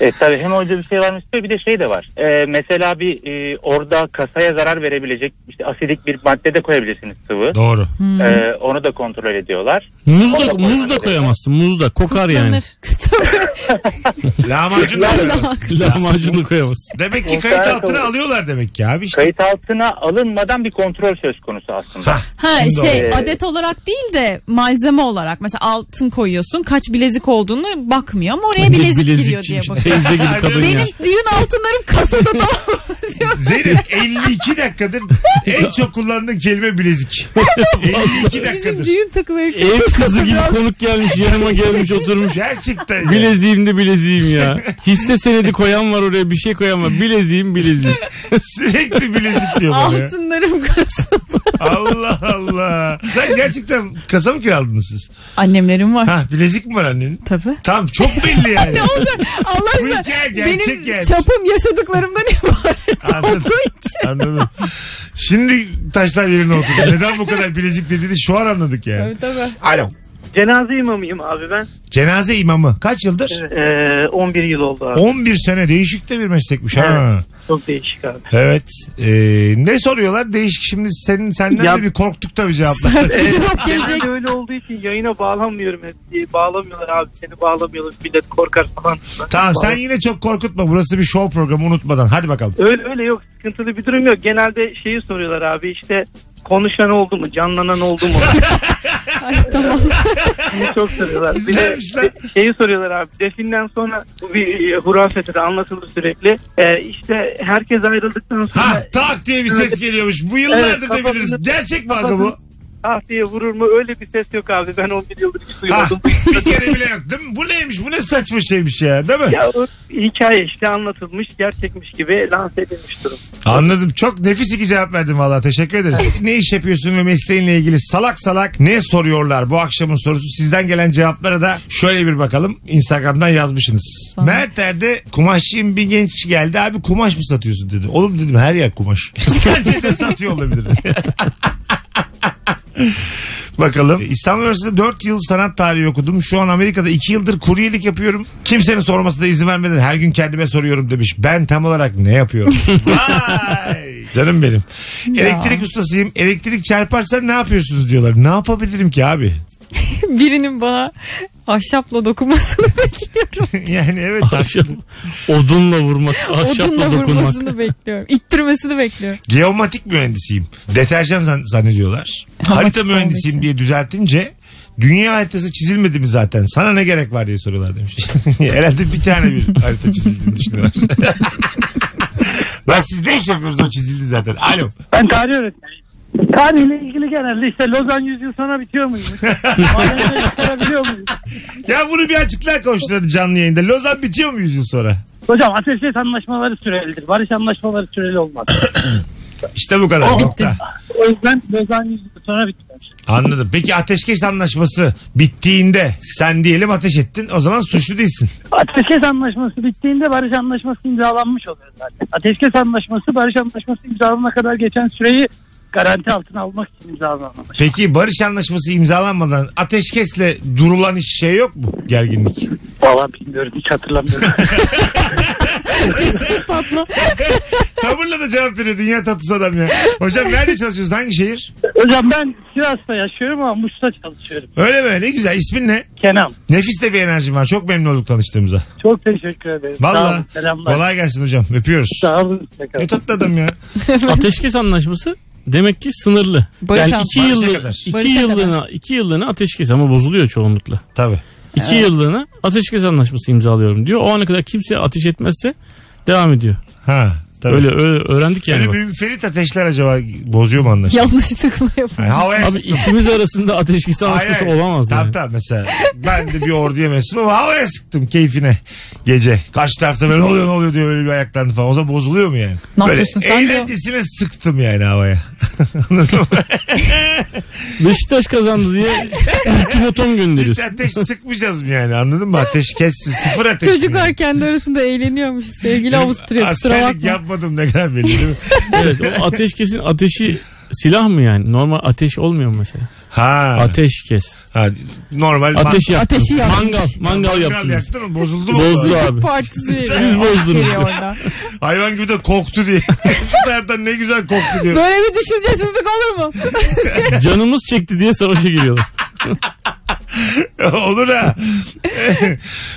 e, tabii hem orada bir şey var istiyor bir de şey de var. Ee, mesela bir e, orada kasaya zarar verebilecek işte asidik bir madde de koyabilirsiniz sıvı.
Doğru.
Ee, onu da kontrol ediyorlar.
Muz da,
Orada
muz da
koymanız
koyamazsın. Muz da kokar yani.
Tanır. Tabii.
Lahmacun da koyarız.
Lahmacunu koyamazsın.
Demek ki
Muhtemelen
kayıt altına
olur.
alıyorlar demek ki abi işte.
Kayıt altına alınmadan bir kontrol söz konusu aslında.
Ha,
Ha
Şimdi
şey
oldu.
adet olarak değil de malzeme olarak mesela altın koyuyorsun kaç bilezik olduğunu bakmıyor ama
<laughs>
oraya bilezik, giriyor diye
şimdi. şey <laughs>
bakıyor.
Teyze gibi kadın ya.
Benim düğün altınlarım kasada da
Zeynep 52 dakikadır en çok kullandığın kelime
<laughs>
bilezik. 52
bizim
dakikadır.
düğün takıları
Ev kızı gibi konuk gelmiş yanıma gelmiş
şey- <laughs>
oturmuş.
Gerçekten. ya.
Bileziğim de bileziğim ya. Hisse senedi koyan var oraya bir şey koyan var.
<laughs>
Bileziğim bileziğim.
Sürekli bilezik diyor bana ya.
altınlarım kasada. <laughs>
Allah Allah. Sen gerçekten kasa mı kiraladınız siz?
Annemlerim var
Ha bilezik mi var annenin?
tabii.
Tamam çok belli yani.
<laughs> Ne olacak Allah
Bu
aşkına
hikaye gerçek
benim
yani.
çapım yaşadıklarımdan <laughs> ibaret
Anladım.
olduğu için.
Anladım. Şimdi taşlar yerine oturdu. Neden bu kadar bilezik dediğini şu an anladık yani.
Tabii tabii.
Alo.
Cenaze imamıyım abi ben.
Cenaze imamı kaç yıldır?
Ee, 11 yıl oldu abi.
11 sene değişik de bir meslekmiş ha.
Çok değişik abi.
Evet. Ee, ne soruyorlar? Değişik şimdi senin senden
Ya-
de bir korktuk tabii cevaplar.
Sert bir cevap
<laughs>
gelecek.
Genelde öyle olduğu için yayına bağlanmıyorum hep. Ee, Bağlamıyorlar abi seni bağlamıyorlar. Millet korkar falan.
Tamam
Bağlam-
sen yine çok korkutma. Burası bir show programı unutmadan. Hadi bakalım.
Öyle öyle yok sıkıntılı bir durum yok. Genelde şeyi soruyorlar abi işte konuşan oldu mu canlanan
<laughs>
oldu mu?
Ay tamam.
Bunu çok soruyorlar. Bir de şey,
Güzelmiş lan.
şeyi soruyorlar abi definden sonra bu bir e, hurafede de anlatılır sürekli. Ee, işte herkes ayrıldıktan sonra
Ha tak diye bir ses geliyormuş. Bu yıllardır
Evet,
da biliriz.
kafasını-
Gerçek mi aga bu?
kafasını- ah diye vurur mu öyle bir ses yok abi. Ben 11 yıldır hiç
Ha,
duymadım.
bir kere bile yok değil mi? Bu neymiş? Bu ne saçma şeymiş ya değil mi?
ya o hikaye işte anlatılmış gerçekmiş gibi lanse edilmiş durum.
Anladım. Çok nefis iki cevap verdin valla. Teşekkür ederiz. ne iş yapıyorsun ve mesleğinle ilgili salak salak ne soruyorlar? Bu akşamın sorusu. Sizden gelen cevaplara da şöyle bir bakalım. Instagram'dan yazmışsınız.
Tamam.
Mertler'de kumaşçıyım bir genç geldi. Abi kumaş mı satıyorsun dedi. Oğlum dedim her yer kumaş. <laughs> Sence de satıyor olabilir. Bakalım. E, İstanbul Üniversitesi'nde 4 yıl sanat tarihi okudum. Şu an Amerika'da 2 yıldır kuryelik yapıyorum. Kimsenin sormasına da izin vermeden her gün kendime soruyorum demiş. Ben tam olarak ne yapıyorum? Vay! Canım benim. Elektrik ustasıyım. Elektrik çarparsa ne yapıyorsunuz diyorlar. Ne yapabilirim ki abi? <laughs>
Birinin bana ahşapla dokunmasını <laughs> bekliyorum.
yani evet.
Ahşap, odunla vurmak, ahşapla
Odunla
dokunmak.
vurmasını bekliyorum. İttirmesini bekliyorum.
Geomatik mühendisiyim. Deterjan zan- zannediyorlar. Harita
olduğu
mühendisiyim
için.
diye düzeltince dünya haritası çizilmedi mi zaten? Sana ne gerek var diye soruyorlar demiş. <laughs> Herhalde bir tane bir harita çizildiğini düşünüyorlar. <laughs> Lan siz ne iş yapıyorsunuz o çizildi zaten. Alo.
Ben tarih öğretmeniyim.
Tarihle ilgili genelde işte Lozan yüzyıl sonra bitiyor
<laughs>
muyuz? Madenleri çıkarabiliyor muyuz?
Ya bunu bir açıklar komşuları canlı yayında. Lozan bitiyor mu 100 yıl sonra?
Hocam ateşkes anlaşmaları sürelidir. Barış anlaşmaları süreli olmaz.
İşte bu kadar. Nokta.
O yüzden Lozan yüzyıl sonra bitiyor.
Anladım. Peki ateşkes anlaşması bittiğinde sen diyelim ateş ettin o zaman suçlu değilsin.
Ateşkes anlaşması bittiğinde barış anlaşması imzalanmış oluyor zaten. Ateşkes anlaşması barış anlaşması imzalanana kadar geçen süreyi garanti altına almak için imzalanmış.
Peki barış anlaşması imzalanmadan ateşkesle durulan hiç şey yok mu? Gerginlik.
Valla bilmiyorum hiç hatırlamıyorum.
Tatlı.
Sabırla da cevap veriyor dünya tatlısı adam ya. Hocam nerede çalışıyorsun? Hangi şehir?
Hocam ben Sivas'ta yaşıyorum ama Muş'ta çalışıyorum.
Öyle mi? Ne güzel. İsmin ne?
Kenan
Nefis de bir enerjim var. Çok memnun olduk tanıştığımıza.
çok teşekkür ederim. Sağ
Valla.
olun, selamlar.
Kolay gelsin hocam. Öpüyoruz.
Sağ olun. hoşçakalın.
Ne tatlı adam ya.
Ateşkes anlaşması demek ki sınırlı.
Barış
yani
an-
iki
Barışa
yıllı,
kadar.
iki
Barışa
yıllığına, iki yıllığına ateşkes ama bozuluyor çoğunlukla.
Tabii.
İki yıllığına ateşkes anlaşması imzalıyorum diyor. O ana kadar kimse ateş etmezse devam ediyor.
Ha. Tabii.
Öyle, öyle öğrendik yani.
Öyle
bak.
münferit ateşler acaba bozuyor mu anlaşılıyor?
<laughs> Yanlışlıkla
Yani
yapıyor.
havaya
Abi ikimiz arasında ateşkes anlaşması
Hayır, hayır.
olamaz.
Tamam
Yani.
tamam mesela ben de bir orduya mensubum ama havaya sıktım keyfine gece. Karşı tarafta böyle ne oluyor ne oluyor diye böyle bir ayaklandı falan. O zaman bozuluyor mu yani?
Ne
böyle
yapıyorsun sen diyor.
eğlencesine sıktım yani havaya. <laughs> Anladın mı?
Beşiktaş kazandı diye ultimatom
Hiç <laughs>
gönderiyorsun.
ateş sıkmayacağız mı yani anladın mı? Ateş kessin sıfır ateş. mi
Çocuklar
yani?
kendi arasında eğleniyormuş. Sevgili
Benim
Avusturya kusura
askerlik
bakma.
yapmadım ne kadar belli değil mi?
evet o ateşkesin ateşi silah mı yani? Normal ateş olmuyor mu mesela?
Ha,
Ateşkes.
ha normal man-
Ateş yaktın.
Ateşi yaktın.
Mangal. Mangal
Mangal <laughs>
yaptın.
yaktın mı? Bozuldu mu?
Bozdu abi.
Partisi.
Siz bozdunuz.
Geliyor orada.
Hayvan gibi de koktu diye. <laughs> Şu hayattan ne güzel koktu diyor.
Böyle bir düşüncesizlik olur mu?
Canımız çekti diye savaşa giriyorlar.
<laughs> Olur ha.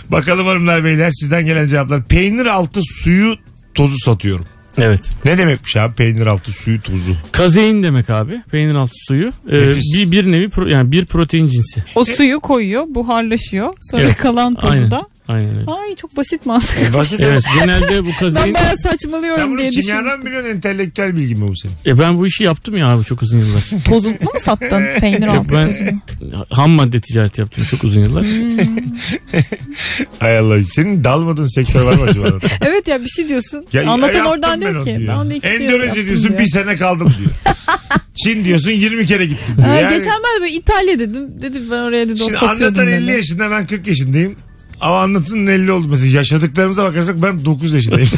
Bakalım hanımlar beyler sizden gelen cevaplar. Peynir altı suyu tozu satıyorum.
Evet.
Ne demekmiş abi peynir altı suyu tozu?
Kazein demek abi. Peynir altı suyu. Ee,
Nefis.
bir, bir nevi pro- yani bir protein cinsi.
O suyu koyuyor, buharlaşıyor. Sonra
Evet.
kalan tozu
Aynen.
da.
Aynen öyle.
Ay çok E, basit mantık.
Basit
Evet genelde bu
Ben
kazein...
bayağı
Sen
saçmalıyorum
bunu
diye
kimyadan <laughs>
düşündüm.
biliyorsun entelektüel bilgi mi bu senin?
E ben bu işi yaptım ya abi çok uzun yıllar.
Tozunu mu sattın peynir altı tozunu?
ben ham madde ticareti yaptım çok uzun yıllar.
Hay Allah senin dalmadığın sektör var mı
<laughs>
acaba?
Evet ya bir şey diyorsun.
Ya-
Anlatan
yaptım
oradan
ben onu
diyor ki. Ben de iki diyor,
Endonezya
yaptım
diyorsun
diyor.
bir sene kaldım
<laughs>
diyor. Çin diyorsun 20 kere gittim diyor.
Ha,
Yani
Geçen ben de böyle İtalya dedim. Dedim ben oraya dedi o
şimdi
satıyordum
anlatan 50
dedi.
yaşında ben 40 yaşındayım. Ama anlatanın 50 oldu. Mesela yaşadıklarımıza bakarsak ben
<laughs>
9 yaşındayım.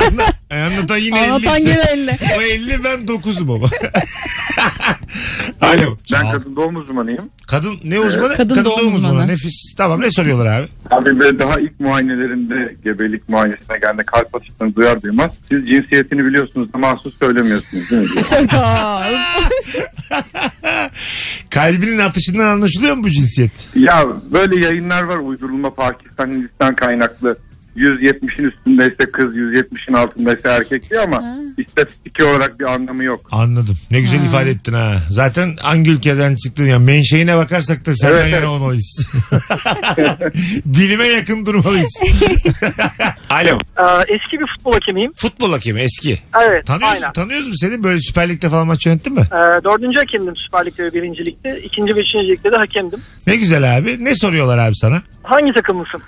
<laughs> e, anlatan yine 50
Anlatan
ise-
gene 50.
O 50 ben 9'um baba.
<laughs>
Alo.
Ben
Aa,
kadın doğum uzmanıyım. Ee,
kadın ne uzmanı?
Kadın doğum uzmanı.
Nefis. Tamam ne soruyorlar abi?
Abi ve daha ilk muayenelerinde gebelik muayenesine geldiğinde kalp atışlarını duyar duymaz. Siz cinsiyetini biliyorsunuz da mahsus söylemiyorsunuz değil mi? diyor.
Çakal.
Kalbinin atışından anlaşılıyor mu bu cinsiyet?
ya böyle yayınlar var uydurulma Pakistan Hindistan kaynaklı. 170'in üstündeyse kız 170'in altındaysa erkek diyor ama istatistik olarak bir anlamı yok.
Anladım. Ne güzel ifade ettin ha. Zaten hangi ülkeden çıktın ya? Menşeine bakarsak da senden
Evet, evet. <laughs>
yana <laughs> olmalıyız. Bilime
<laughs>
yakın durmalıyız. Alo.
Ee, eski bir futbol hakemiyim.
Futbol hakemi eski.
Evet
Tanıyoruz, tanıyoruz mu seni? Böyle Süper Lig'de falan maç yönettin mi?
Ee, dördüncü hakemdim Süper Lig'de ve birinci ligde. İkinci ve üçüncü ligde de hakemdim.
Ne güzel abi. Ne soruyorlar abi sana?
Hangi
<laughs>
takımlısın?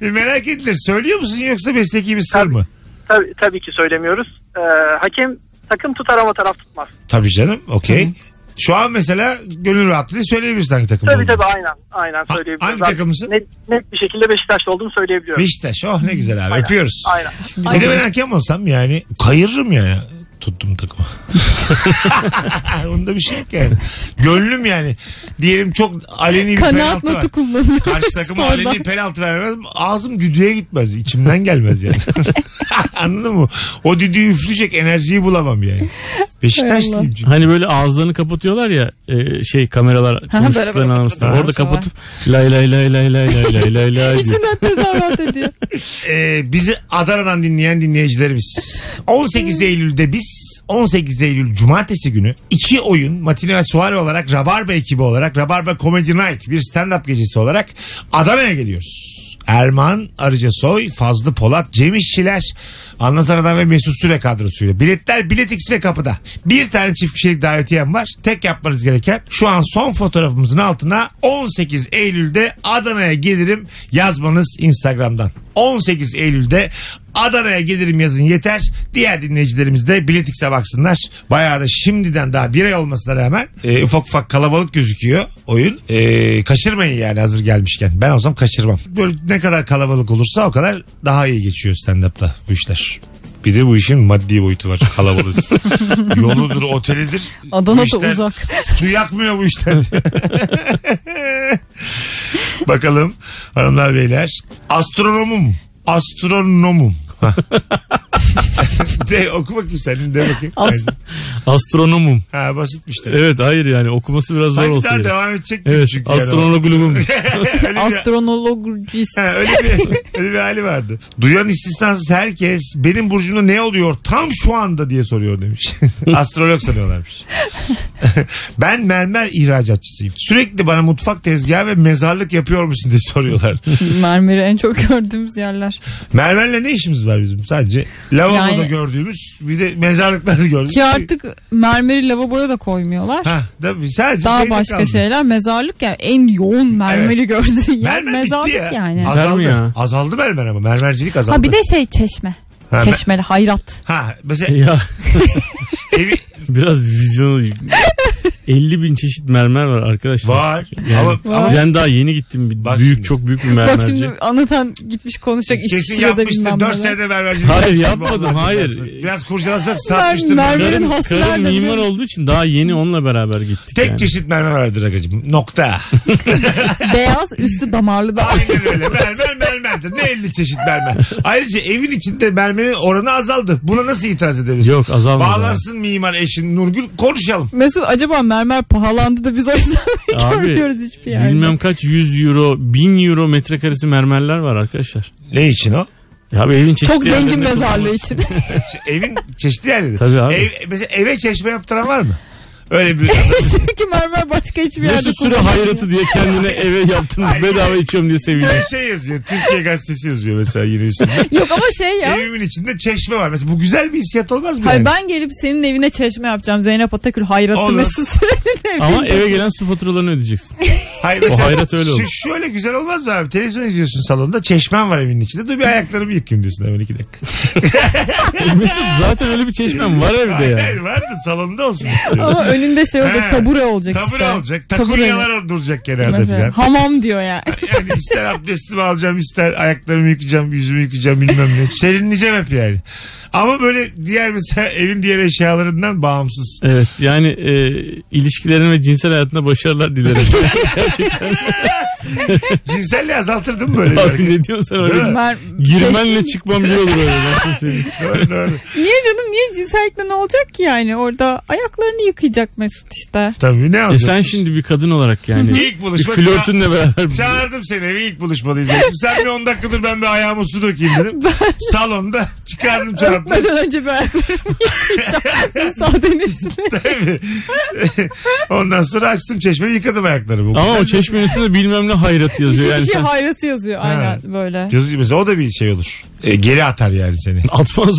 Bir merak edilir. Söylüyor musun yoksa mesleki bir sır mı?
Tabii, tabii ki söylemiyoruz. Ee, hakem takım tutar ama taraf tutmaz.
Tabii canım. Okey. Şu an mesela gönül rahatlığıyla söyleyebilirsin hangi takım
Tabii tabii aynen. Aynen
Ha-
söyleyebilirim.
hangi
Ben
takımısın?
Net, net bir şekilde Beşiktaşlı olduğumu söyleyebiliyorum.
Beşiktaş. Oh ne güzel abi.
Aynen.
Öpüyoruz.
Aynen.
Bir de ben hakem olsam yani kayırırım ya. ya. Tuttum takımı. <laughs> Onda bir şey yok yani. Gönlüm yani. Diyelim çok aleni bir
Kanaat
penaltı var.
notu kullanıyor.
Karşı takıma
Spordan.
aleni penaltı vermez. Ağzım düdüğe gitmez. içimden
<laughs>
gelmez yani. Anladın mı? O düdüğü üfleyecek enerjiyi bulamam yani. Beşiktaşlıyım çünkü.
Hani böyle ağızlarını kapatıyorlar ya e, şey kameralar
beraber
konuştuklarını anonslar.
kapatıyorlar.
Orada kapatıp lay lay lay lay lay lay lay lay lay diyor.
İçinden tezahürat
<laughs>
ediyor.
Ee, bizi Adana'dan dinleyen dinleyicilerimiz. 18 Eylül'de biz 18 Eylül Cumartesi günü iki oyun matine ve suare olarak Rabarba ekibi olarak Rabarba Comedy Night bir stand-up gecesi olarak Adana'ya geliyoruz. Erman Arıcasoy, Fazlı Polat, Cem İşçiler, Anlatan Adam ve Mesut Süre kadrosuyla. Biletler Bilet X ve kapıda. Bir tane çift kişilik davetiyem var. Tek yapmanız gereken şu an son fotoğrafımızın altına 18 Eylül'de Adana'ya gelirim yazmanız Instagram'dan. 18 Eylül'de Adana'ya gelirim yazın yeter. Diğer dinleyicilerimiz de biletikse baksınlar. Bayağı da şimdiden daha bir ay olmasına rağmen e, ufak ufak kalabalık gözüküyor oyun. E, kaçırmayın yani hazır gelmişken. Ben olsam kaçırmam. Böyle ne kadar kalabalık olursa o kadar daha iyi geçiyor stand-up'ta bu işler. Bir de bu işin maddi boyutu var. Kalabalığız. Yoludur, otelidir.
Adana
Bu
da
işler- <laughs>
uzak.
Su yakmıyor bu işler. Bakalım hanımlar beyler. Astronomum. Astronomum. <laughs> de oku bakayım senin de bakayım.
As-
Astronomum.
ha basitmiş de.
Evet hayır yani okuması biraz zor
Sanki
olsa
daha
gerek.
devam edecek gibi
Evet
çünkü. yani.
astronomum.
<laughs> öyle, bir,
Astronologist.
ha, öyle,
<laughs>
bir, öyle bir hali vardı. Duyan istisnasız herkes benim burcumda ne oluyor tam şu anda diye
<laughs>
soruyor demiş. Astrolog sanıyorlarmış. <laughs> ben mermer ihracatçısıyım. Sürekli bana mutfak tezgahı ve mezarlık yapıyor musun diye
<laughs>
soruyorlar.
Mermeri en çok gördüğümüz yerler.
Mermerle ne işimiz var bizim sadece? Lavaboda
Yani-
gördüğümüz bir de mezarlıkları gördük.
Ki artık mermeri lavaboya da koymuyorlar.
Şey- Ha, şey tabii sadece
Daha
şeyde
başka şey.
kaldı.
şeyler. Mezarlık yani en yoğun mermeri gördüğün yer
Mermer bitti
mezarlık
ya.
yani.
Yeter
Azaldı.
mi ya?
Azaldı mermer ama. Mermercilik azaldı.
Ha bir de şey çeşme.
Ha, ben-
Çeşmeli hayrat.
Ha,
<laughs>
mesela
ya
evi
biraz vizyonu... 50 bin çeşit mermer var arkadaşlar.
var. Ama, ama
Ben daha yeni gittim. Bir
Bak
büyük
şimdi.
çok büyük bir
Bak
mermerci.
şimdi anlatan gitmiş konuşacak
kesin
İsviçre'de bilmem
yapmıştır. 4
neler.
senede mermercilik.
Hayır,
yapmış.
yapmadım,
Vallahi
hayır.
billahi. Biraz kurcalasak satmıştır.
mermer-
mermer.
Benim
Karım,
hasılarla
karım
biliyorum.
mimar olduğu için daha yeni onunla beraber gittik
Tek
yani.
çeşit mermer vardır agacım.
<laughs>
Nokta.
Beyaz üstü damarlı
<laughs>
da.
Aynen öyle. Mermer mermerdir. Ne 50 çeşit mermer. Ayrıca evin içinde mermerin oranı azaldı. Buna nasıl itiraz edebilirsin?
Yok azalmadı.
Bağlansın mimar eşin Nurgül konuşalım.
Mesut acaba mermer pahalandı da biz o yüzden mi
Abi,
görmüyoruz hiçbir yerde?
Bilmem kaç 100 euro, 1000 euro metrekaresi mermerler var arkadaşlar.
Ne için o?
Ya abi evin çeşitli
Çok zengin
yerlerinde
mezarlığı
kullanmak-
için.
Ç- Evin çeşitli yerleri.
Tabii abi.
Ev- mesela eve çeşme yaptıran var mı?
<laughs>
Öyle bir
<laughs> Çünkü mermer başka hiçbir yerde
Mesut Süre
kullanılmıyor.
hayratı diye kendine eve yaptınız
Hayır.
bedava içiyorum diye seviniyor.
Bir şey yazıyor. Türkiye gazetesi yazıyor mesela yine üstünde.
Yok ama şey ya.
Evimin içinde çeşme var. Mesela bu güzel bir hissiyat olmaz mı?
Hayır
yani?
ben gelip senin evine çeşme yapacağım. Zeynep Atakül hayratı
Olur.
Mesut Süren'in evi.
Ama eve gelen su
<laughs>
faturalarını ödeyeceksin.
Hayır, mesela
O hayrat öyle
şu-
olur.
şöyle güzel olmaz mı abi? Televizyon izliyorsun salonda. Çeşmen var evin içinde. Dur bir ayaklarımı yıkayayım diyorsun hemen
<laughs>
iki dakika.
E, Mesut zaten öyle bir çeşmem var evde
Hayır,
ya.
hayır var da salonda olsun istiyorum.
Ama önünde şey olacak
He.
tabure olacak
Tabure
işte.
olacak.
Tabure.
Takunyalar duracak kenarda
Mesela
filan.
hamam diyor ya.
Yani ister abdestimi alacağım ister ayaklarımı yıkayacağım yüzümü yıkayacağım bilmem ne. Serinleyeceğim hep yani. Ama böyle diğer mesela evin diğer eşyalarından bağımsız.
Evet yani e, ilişkilerin ve cinsel hayatında başarılar dilerim.
<laughs> Cinselliği
<laughs>
azaltırdım böyle. bir
Abi
hareket.
ne diyorsun sen
Değil
öyle?
mi?
Mer-
Girmenle çıkmam bir olur öyle. Ben sana söyleyeyim.
doğru doğru.
Niye canım niye cinsellikle ne olacak ki yani orada ayaklarını yıkayacak Mesut işte.
Tabii ne
E
alacaksın?
sen şimdi bir kadın olarak yani.
İlk
bir
buluşma.
flörtünle beraber.
Çağırdım seni eve ilk buluşmadayız. dedim. Sen bir 10 dakikadır ben bir ayağımı su dökeyim dedim. Salonda çıkardım çarptım.
Öpmeden önce bir <laughs> ayaklarımı yıkayacağım. Müsaadenizle.
<laughs> Ondan sonra açtım çeşmeyi yıkadım ayaklarımı.
Ama o çeşmenin üstünde bilmem ne hayrat
Bir
yazıyor.
şey, bir
Yani
şey
sen
hayrası yazıyor aynen böyle.
Yazıcı mesela o da bir şey olur. E, geri atar yani seni.
atmaz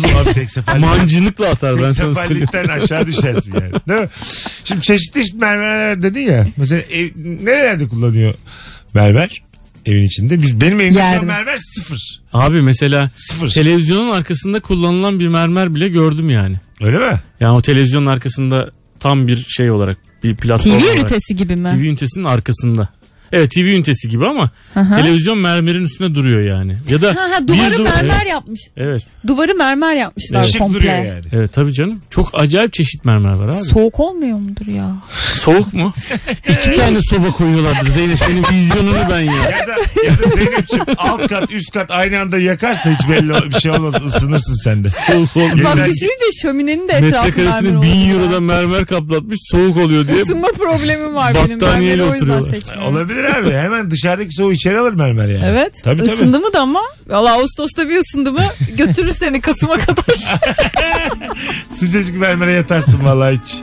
<laughs>
mı abi?
Seksefallik.
Mancınıkla atar ben sana söyleyeyim.
Seksapallikten aşağı düşersin yani. Değil mi? Şimdi çeşitli çeşitli mermerler dedin ya. Mesela ev, nerelerde kullanıyor mermer? Evin içinde. Biz, benim evimde şu an
Yerde.
mermer sıfır.
Abi mesela
Sıfır.
televizyonun arkasında kullanılan bir mermer bile gördüm yani.
Öyle mi?
Yani o televizyonun arkasında tam bir şey olarak bir
TV
platform olarak.
ünitesi gibi mi?
TV ünitesinin arkasında. Evet TV ünitesi gibi ama
Aha.
televizyon mermerin üstüne duruyor yani. Ya da
Ha, ha,
bir
duvarı
duvar-
mermer
Evet,
yapmış.
Evet,
Duvarı mermer yapmışlar
Işık
komple.
duruyor yani.
evet tabii canım. Çok acayip çeşit mermer var abi.
Soğuk olmuyor mudur ya?
Soğuk mu? <laughs> İki tane soba koyuyorlardır Zeynep senin vizyonunu ben ya. <laughs>
Ya da, ya da Zeynep'ciğim alt kat üst kat aynı anda yakarsa hiç belli ol- bir şey olmaz ısınırsın sen de.
Soğuk olmuyor.
Bak
Yeniden-
düşününce şöminenin de etrafı mermer
Metrekaresini
olur.
bin eurodan mermer kaplatmış soğuk oluyor diye.
Isınma problemim var benim.
Battaniyeyle
Battaniyeyle oturuyorlar.
oturuyorlar.
Olabilir abi hemen dışarıdaki soğuğu içeri alır mermer yani.
Evet.
Tabii tabii.
Isındı mı da ama. Valla Ağustos'ta bir ısındı mı götürür seni Kasım'a kadar.
Sıcacık mermere yatarsın vallahi hiç.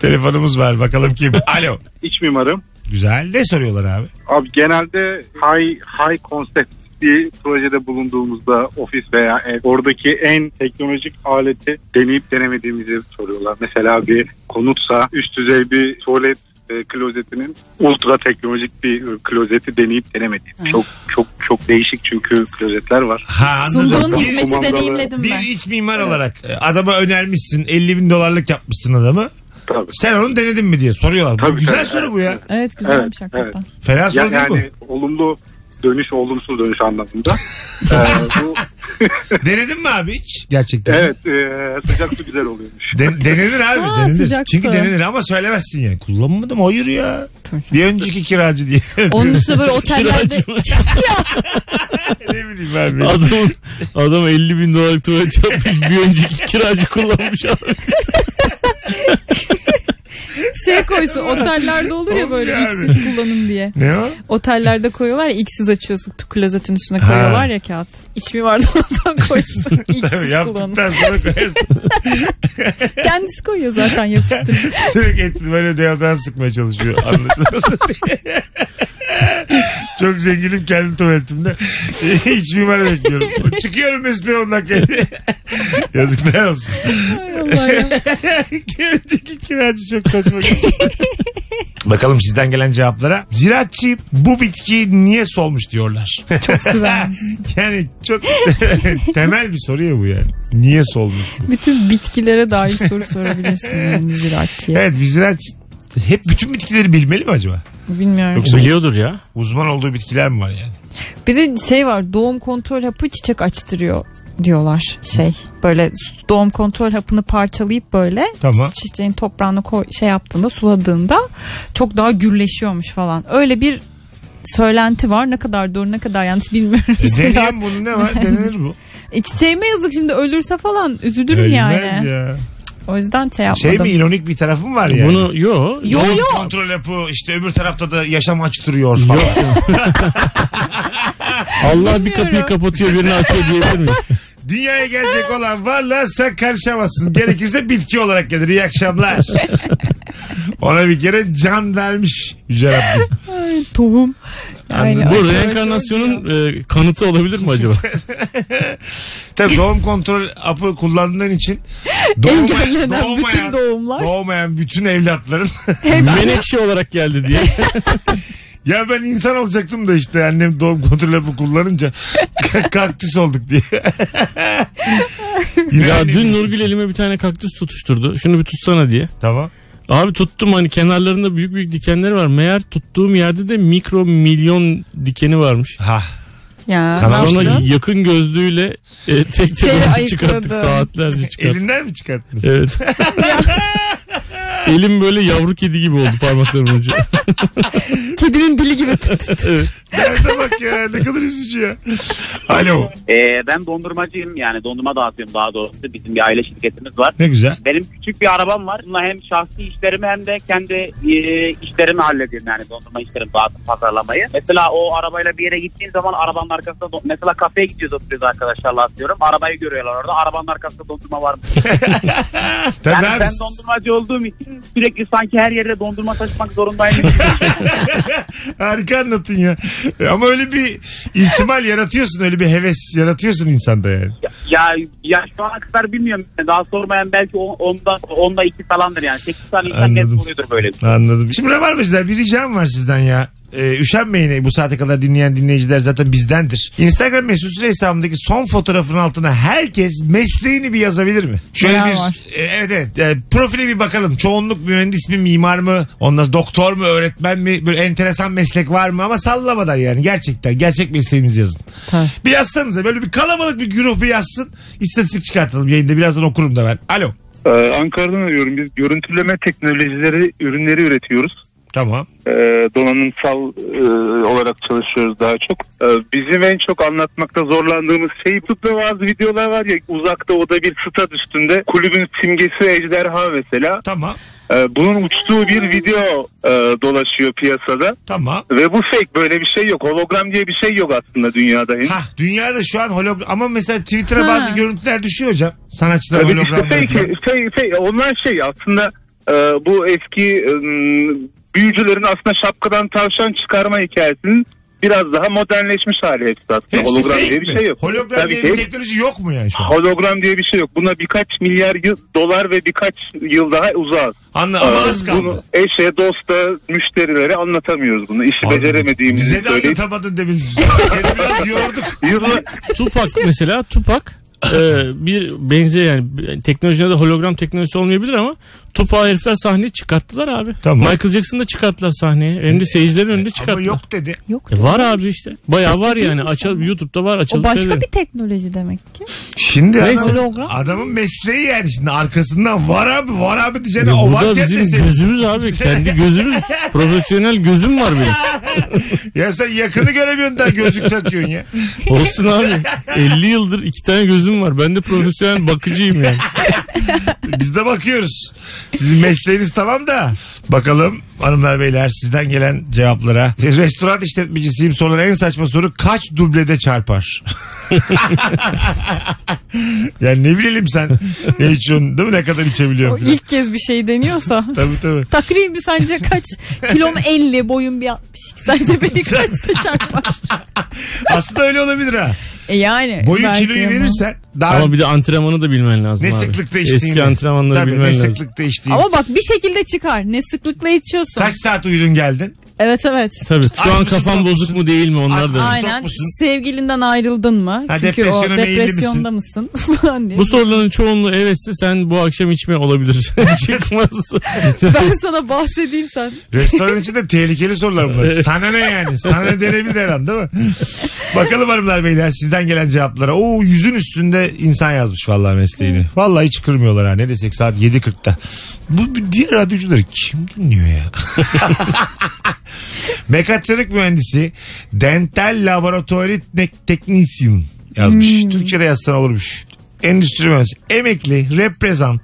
Telefonumuz var bakalım kim. Alo.
İç mimarım.
Güzel. Ne soruyorlar abi?
Abi genelde high high concept bir projede bulunduğumuzda ofis veya ev, oradaki en teknolojik aleti deneyip denemediğimizi soruyorlar. Mesela bir konutsa üst düzey bir tuvalet e, klozetinin ultra teknolojik bir e, klozeti deneyip denemedim. Çok çok çok değişik çünkü klozetler var.
Ha anladım.
Sunduğun
Bir-
hizmeti
Kumandalı.
deneyimledim
Bir
ben.
iç mimar olarak e, adama önermişsin 50 bin dolarlık yapmışsın adamı.
Tabii.
Sen onu denedin mi diye soruyorlar. Bu
Tabii,
güzel
tabii.
soru bu ya.
Evet güzelmiş
Evet,
hakikaten.
Fena
Ya,
soru değil
yani olumlu dönüş olumsuz dönüş
<laughs>
anlamında. Ee, bu,
bu. Denedin mi abi hiç? Gerçekten.
evet e, sıcak su güzel oluyormuş.
Den- denenir abi
Aa,
denilir.
sıcak
Çünkü
su.
denilir ama söylemezsin yani. Kullanmadım hayır ya.
Tabii.
Bir önceki kiracı
<laughs>
diye.
Onun üstüne böyle otellerde
<laughs> ne bileyim abi.
Adam, adam 50 bin dolarlık tuvalet yapmış. Bir önceki kiracı kullanmış adam.
şey koysun otellerde olur ya böyle
Olmuyor abi.
iksiz kullanın diye.
Ne o?
Otellerde koyuyorlar ya iksiz açıyorsun tu- klozetin üstüne koyuyorlar ya kağıt. İç mi vardı <laughs> ondan koysun
<laughs> Tabii
iksiz kullanın.
yaptıktan sonra
<laughs>
koyarsın.
Kendisi koyuyor zaten
<laughs>
yapıştırıyor.
Sürekli etli böyle deodorant sıkmaya çalışıyor. Anlaşılmaz.
<laughs>
Çok zenginim kendi tuvaletimde. <laughs> Hiç mimar bekliyorum. Çıkıyorum Mesut Bey 10 dakikaya. <laughs> Yazıklar olsun.
Ay Allah ya.
<laughs> Önceki kiracı çok saçma.
<laughs>
Bakalım sizden gelen cevaplara. Ziraatçı bu bitki niye solmuş diyorlar. <laughs>
Süper.
yani çok <laughs> temel bir soru ya bu yani. Niye solmuş bu?
Bütün bitkilere dair soru sorabilirsin
<laughs>
yani ziraatçıya.
Evet bir ziraatçı hep bütün bitkileri bilmeli mi acaba?
Bilmiyorum.
Yoksa
Biliyordur ya.
uzman olduğu bitkiler mi var yani?
Bir de şey var doğum kontrol hapı çiçek açtırıyor diyorlar şey böyle doğum kontrol hapını parçalayıp böyle
Tamam.
çiçeğin toprağını koy, şey yaptığında suladığında çok daha gürleşiyormuş falan öyle bir söylenti var ne kadar doğru ne kadar yanlış bilmiyorum.
E, deneyen bunun ne var? Denenir bu.
E, çiçeğime yazık şimdi ölürse falan üzülürüm
Ölmez
yani.
ya.
O yüzden şey
Şey
yapmadım.
mi ironik bir tarafı mı var yani?
Bunu yo.
Yo yo
Kontrol yapı işte öbür tarafta da yaşam açtırıyor falan.
Yok. Allah bir kapıyı
Bilmiyorum.
kapatıyor birini açıyor diyebilir miyiz?
Dünyaya gelecek olan varla sen karışamazsın. Gerekirse bitki olarak gelir.
<laughs>
İyi akşamlar. Ona bir kere can vermiş Yüce Rabbim.
<laughs> tohum. Yani
Anladım.
Bu
aşırı
reenkarnasyonun e, kanıtı olabilir mi acaba?
Tabii doğum kontrol apı kullandığın için doğuma-
Engellenen bütün
doğmayan,
doğumlar.
doğmayan bütün evlatların <laughs>
Menekşe olarak geldi <laughs> diye.
ya ben insan olacaktım da işte annem doğum kontrol apı kullanınca kaktüs olduk
<laughs>
diye. Yine
ya
öyle
dün
bir-
Nurgül elime bir tane kaktüs tutuşturdu. Şunu bir tutsana diye.
Tamam.
Abi tuttum hani kenarlarında büyük büyük dikenleri var. Meğer tuttuğum yerde de mikro milyon dikeni varmış.
Ha.
Ya,
Tamam.
ne
Sonra
yaptın?
yakın gözlüğüyle e, tek
Şeyi
tek
ayıkladı.
çıkarttık saatlerce çıkarttık.
Elinden mi çıkarttın?
Evet. Elim böyle yavru kedi gibi oldu parmaklarımın ucu.
kedinin dili gibi
evet.
Nerede bak ya ne kadar üzücü ya. Alo.
Ee, ben dondurmacıyım yani dondurma dağıtıyorum daha doğrusu. Bizim bir aile şirketimiz var.
Ne güzel.
Benim küçük bir arabam var. Bununla hem şahsi işlerimi hem de kendi e, işlerimi hallediyorum. Yani dondurma işlerimi, dağıtım, pazarlamayı. Mesela o arabayla bir yere gittiğim zaman arabanın arkasında... don- mesela kafeye gidiyoruz oturuyoruz arkadaşlarla atıyorum. Arabayı görüyorlar orada. Arabanın arkasında dondurma var mı?
Tabii
Yani
abi.
ben dondurmacı olduğum için sürekli sanki her yere dondurma taşımak zorundayım. gibi.
<laughs> Harika anlatın ya. E, Ama öyle bir ihtimal yaratıyorsun. Öyle bir heves yaratıyorsun insanda yani.
<laughs> ya, ya şu ana kadar bilmiyorum. Daha sormayan belki on- onda, onda iki falandır yani. Sekiz tane insan net
Anladım.
oluyordur böyle.
Anladım. Şimdi Rabarbacılar bir ricam var sizden ya. Ee, üşenmeyin bu saate kadar dinleyen dinleyiciler zaten bizdendir. Instagram mesut süre hesabındaki son fotoğrafın altına herkes mesleğini bir yazabilir mi? Şöyle
Neler
bir
var?
E, evet evet E, profile bir bakalım. Çoğunluk mühendis mi mimar mı ondan sonra doktor mu öğretmen mi böyle enteresan meslek var mı ama sallamadan yani gerçekten gerçek mesleğinizi yazın.
Tabii.
Bir yazsanıza böyle bir kalabalık bir güruh bir yazsın. İstatistik çıkartalım yayında birazdan okurum da ben. Alo.
Ee, Ankara'dan arıyorum. Biz görüntüleme teknolojileri, ürünleri üretiyoruz.
Tamam.
Ee, donanımsal e, olarak çalışıyoruz daha çok. Ee, bizim en çok anlatmakta zorlandığımız şey YouTube'da bazı videolar var ya uzakta o da bir stat üstünde kulübün simgesi ejderha mesela.
Tamam.
Ee, bunun uçtuğu bir video e, dolaşıyor piyasada
Tamam.
ve bu fake böyle bir şey yok. Hologram diye bir şey yok aslında dünyada henüz.
Ha dünyada şu an hologram ama mesela Twitter'a
Ha.
bazı görüntüler düşüyor hocam. Sanatçılar
Evet işte
hologramları falan.
fake, fake, fake. Onlar şey aslında e, bu eski e, m, büyücülerin aslında şapkadan tavşan çıkarma hikayesinin
biraz daha modernleşmiş hali hepsi aslında.
Hepsi
Hologram
fake
diye bir
mi?
şey yok.
Hologram
Tabii
diye
ki
bir teknoloji yok mu yani şu an?
Hologram diye bir şey yok. Buna birkaç milyar yıl, dolar ve birkaç yıl daha uzak.
Anla ama az kaldı.
bunu eşe, dosta, müşterilere anlatamıyoruz bunu. İşi
Anladım.
beceremediğimizi
Bize de
söyleyip.
anlatamadın demin. Seni
<laughs>
biraz yorduk.
Yıllar,
Tupac mesela Tupac e, bir benzer yani bir- teknolojide de hologram teknolojisi olmayabilir ama Tupac herifler sahneye çıkarttılar abi.
Tamam.
Michael Jackson'ı da çıkarttılar sahneye. Hem de seyircilerin önünde
Ama
çıkarttılar.
yok dedi.
Yok.
E, var abi işte. Bayağı var yani.
şey
değilmiş
Açal
ama.
YouTube'da var
O
açalım.
başka bir teknoloji demek ki.
Şimdi
Neyse.
adam-
Hologram.
adamın mesleği yani şimdi arkasından var abi var abi diyeceğine
Ya
o
E, bu da
varken
bizim
de sen-
gözümüz abi. Kendi
<laughs>
gözümüz. Profesyonel gözüm var benim.
Ya sen yakını göremiyorsun
<laughs>
da gözlük takıyorsun ya.
Olsun abi. 50 yıldır iki tane gözüm var. Ben de profesyonel bakıcıyım
<laughs>
yani.
Biz de bakıyoruz. Sizin mesleğiniz tamam da bakalım hanımlar beyler sizden gelen cevaplara. Siz restoran işletmecisiyim sorulan en saçma soru kaç dublede çarpar? <laughs> yani ne bileyim sen ne içiyorsun değil mi ne kadar
O
içebiliyorsun filan.
ilk kez bir şey deniyorsa.
Tabii tabii.
Takribi sence kaç? Kilom 50, boyum bir 62. Sence beni kaçta çarpar?
Aslında öyle olabilir ha.
E yani.
Boyu
belki
kiloyu
ama.
verirsen daha
Ama bir de antrenmanı da bilmen lazım
ne
abi.
sıklıkta içtiğini.
Eski antrenmanları
Tabii,
bilmen
ne
lazım.
sıklıkta içtiğini.
Ama bak bir şekilde çıkar. Ne sıklıkla içiyorsun.
Kaç saat uyudun geldin?
Evet evet.
Tabii. Şu
Aç
an
mısın,
kafam
tok
bozuk mu değil mi onlar da.
Aynen.
musun?
Sevgilinden ayrıldın mı?
Ha,
Çünkü
depresyona
o
meyilli
depresyonda mısın? <laughs> Falan diye.
Bu soruların çoğunluğu evetse sen bu akşam içme
<laughs>
olabilir. <laughs> Çıkmaz.
Ben sana bahsedeyim sen.
Restoran içinde tehlikeli sorular bunlar. Sana ne yani? Sana ne denebilir her an değil mi? Bakalım hanımlar beyler sizden gelen cevaplara. Oo yüzün üstünde insan yazmış vallahi mesleğini. Vallahi hiç kırmıyorlar ha ne desek saat 7.40'ta. Bu bu diğer radyocuları kim dinliyor ya? Mekatronik mühendisi dental laboratuvari tek- teknisyen yazmış. Türkçe'de yazsan olurmuş. Endüstri mühendisi. Emekli, reprezent.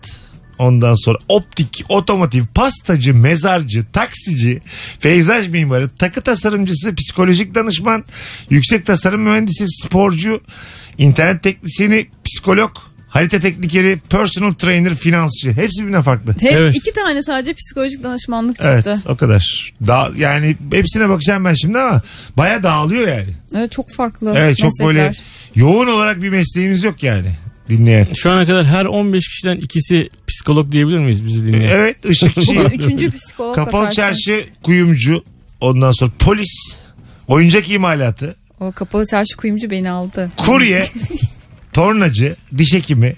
Ondan sonra optik, otomotiv, pastacı, mezarcı, taksici, peyzaj mimarı, takı tasarımcısı, psikolojik danışman, yüksek tasarım mühendisi, sporcu, internet teknisyeni, psikolog, harita teknikeri, personal trainer, finansçı. Hepsi birbirinden farklı.
Hep
Evet.
iki tane sadece psikolojik danışmanlık
Evet
çıktı.
o kadar. Da, yani hepsine bakacağım ben şimdi ama baya dağılıyor yani.
Evet, çok farklı
Evet çok
meslekler.
böyle <laughs> yoğun olarak bir mesleğimiz yok yani dinleyen.
Şu ana kadar her 15 kişiden ikisi psikolog diyebilir miyiz bizi dinleyen?
Evet
Bugün
ışıkçı,
<laughs> üçüncü psikolog
kapalı
bakarsın.
çarşı kuyumcu, ondan sonra polis, oyuncak imalatı,
O kapalı çarşı kuyumcu beni aldı.
<laughs> kurye, tornacı, diş hekimi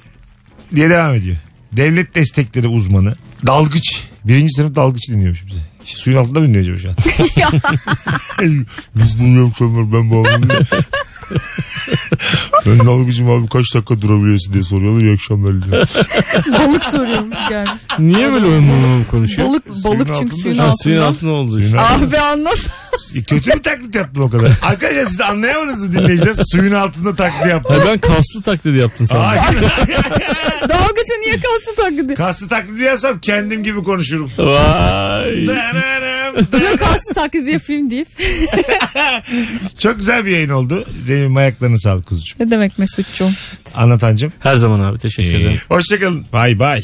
diye devam ediyor. Devlet destekleri uzmanı, dalgıç. Birinci sınıf dalgıç dinliyormuş bize. Şu Suyun altında mı dinliyor acaba şu an? <laughs> Biz bunu yapıyorlar ben bağımlıyım. <laughs> ben dalgıcım abi kaç dakika durabiliyorsun diye soruyorlar. İyi akşamlar diyor.
<laughs> Balık soruyormuş gelmiş.
Niye böyle umum konuşuyor?
Balık, balık çünkü
altında.
suyun
Ha, suyun
altında.
altında oldu.
Suyun
işte.
altında.
Abi anlat. <laughs>
E, Kötü bir taklit yaptım o kadar. Arkadaşlar siz de anlayamadınız mı dinleyiciler? Suyun altında taklit yaptım.
Ha, ben kaslı taklidi yaptım sana.
Ay, <laughs>
Dalgıcı niye kalsın taklidi?
kaslı taklidi yapsam kendim gibi <laughs> konuşurum.
Vay.
Dananam.
Dur kalsın taklidi yapayım deyip.
Çok güzel bir yayın oldu. Zeynep'in ayaklarına sağlık kuzucuğum.
Ne demek Mesut'cum?
Anlatancım.
Her zaman abi teşekkür ederim.
Hoşçakalın. Bay bay.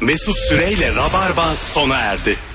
Mesut Süreyle Rabarba sona erdi.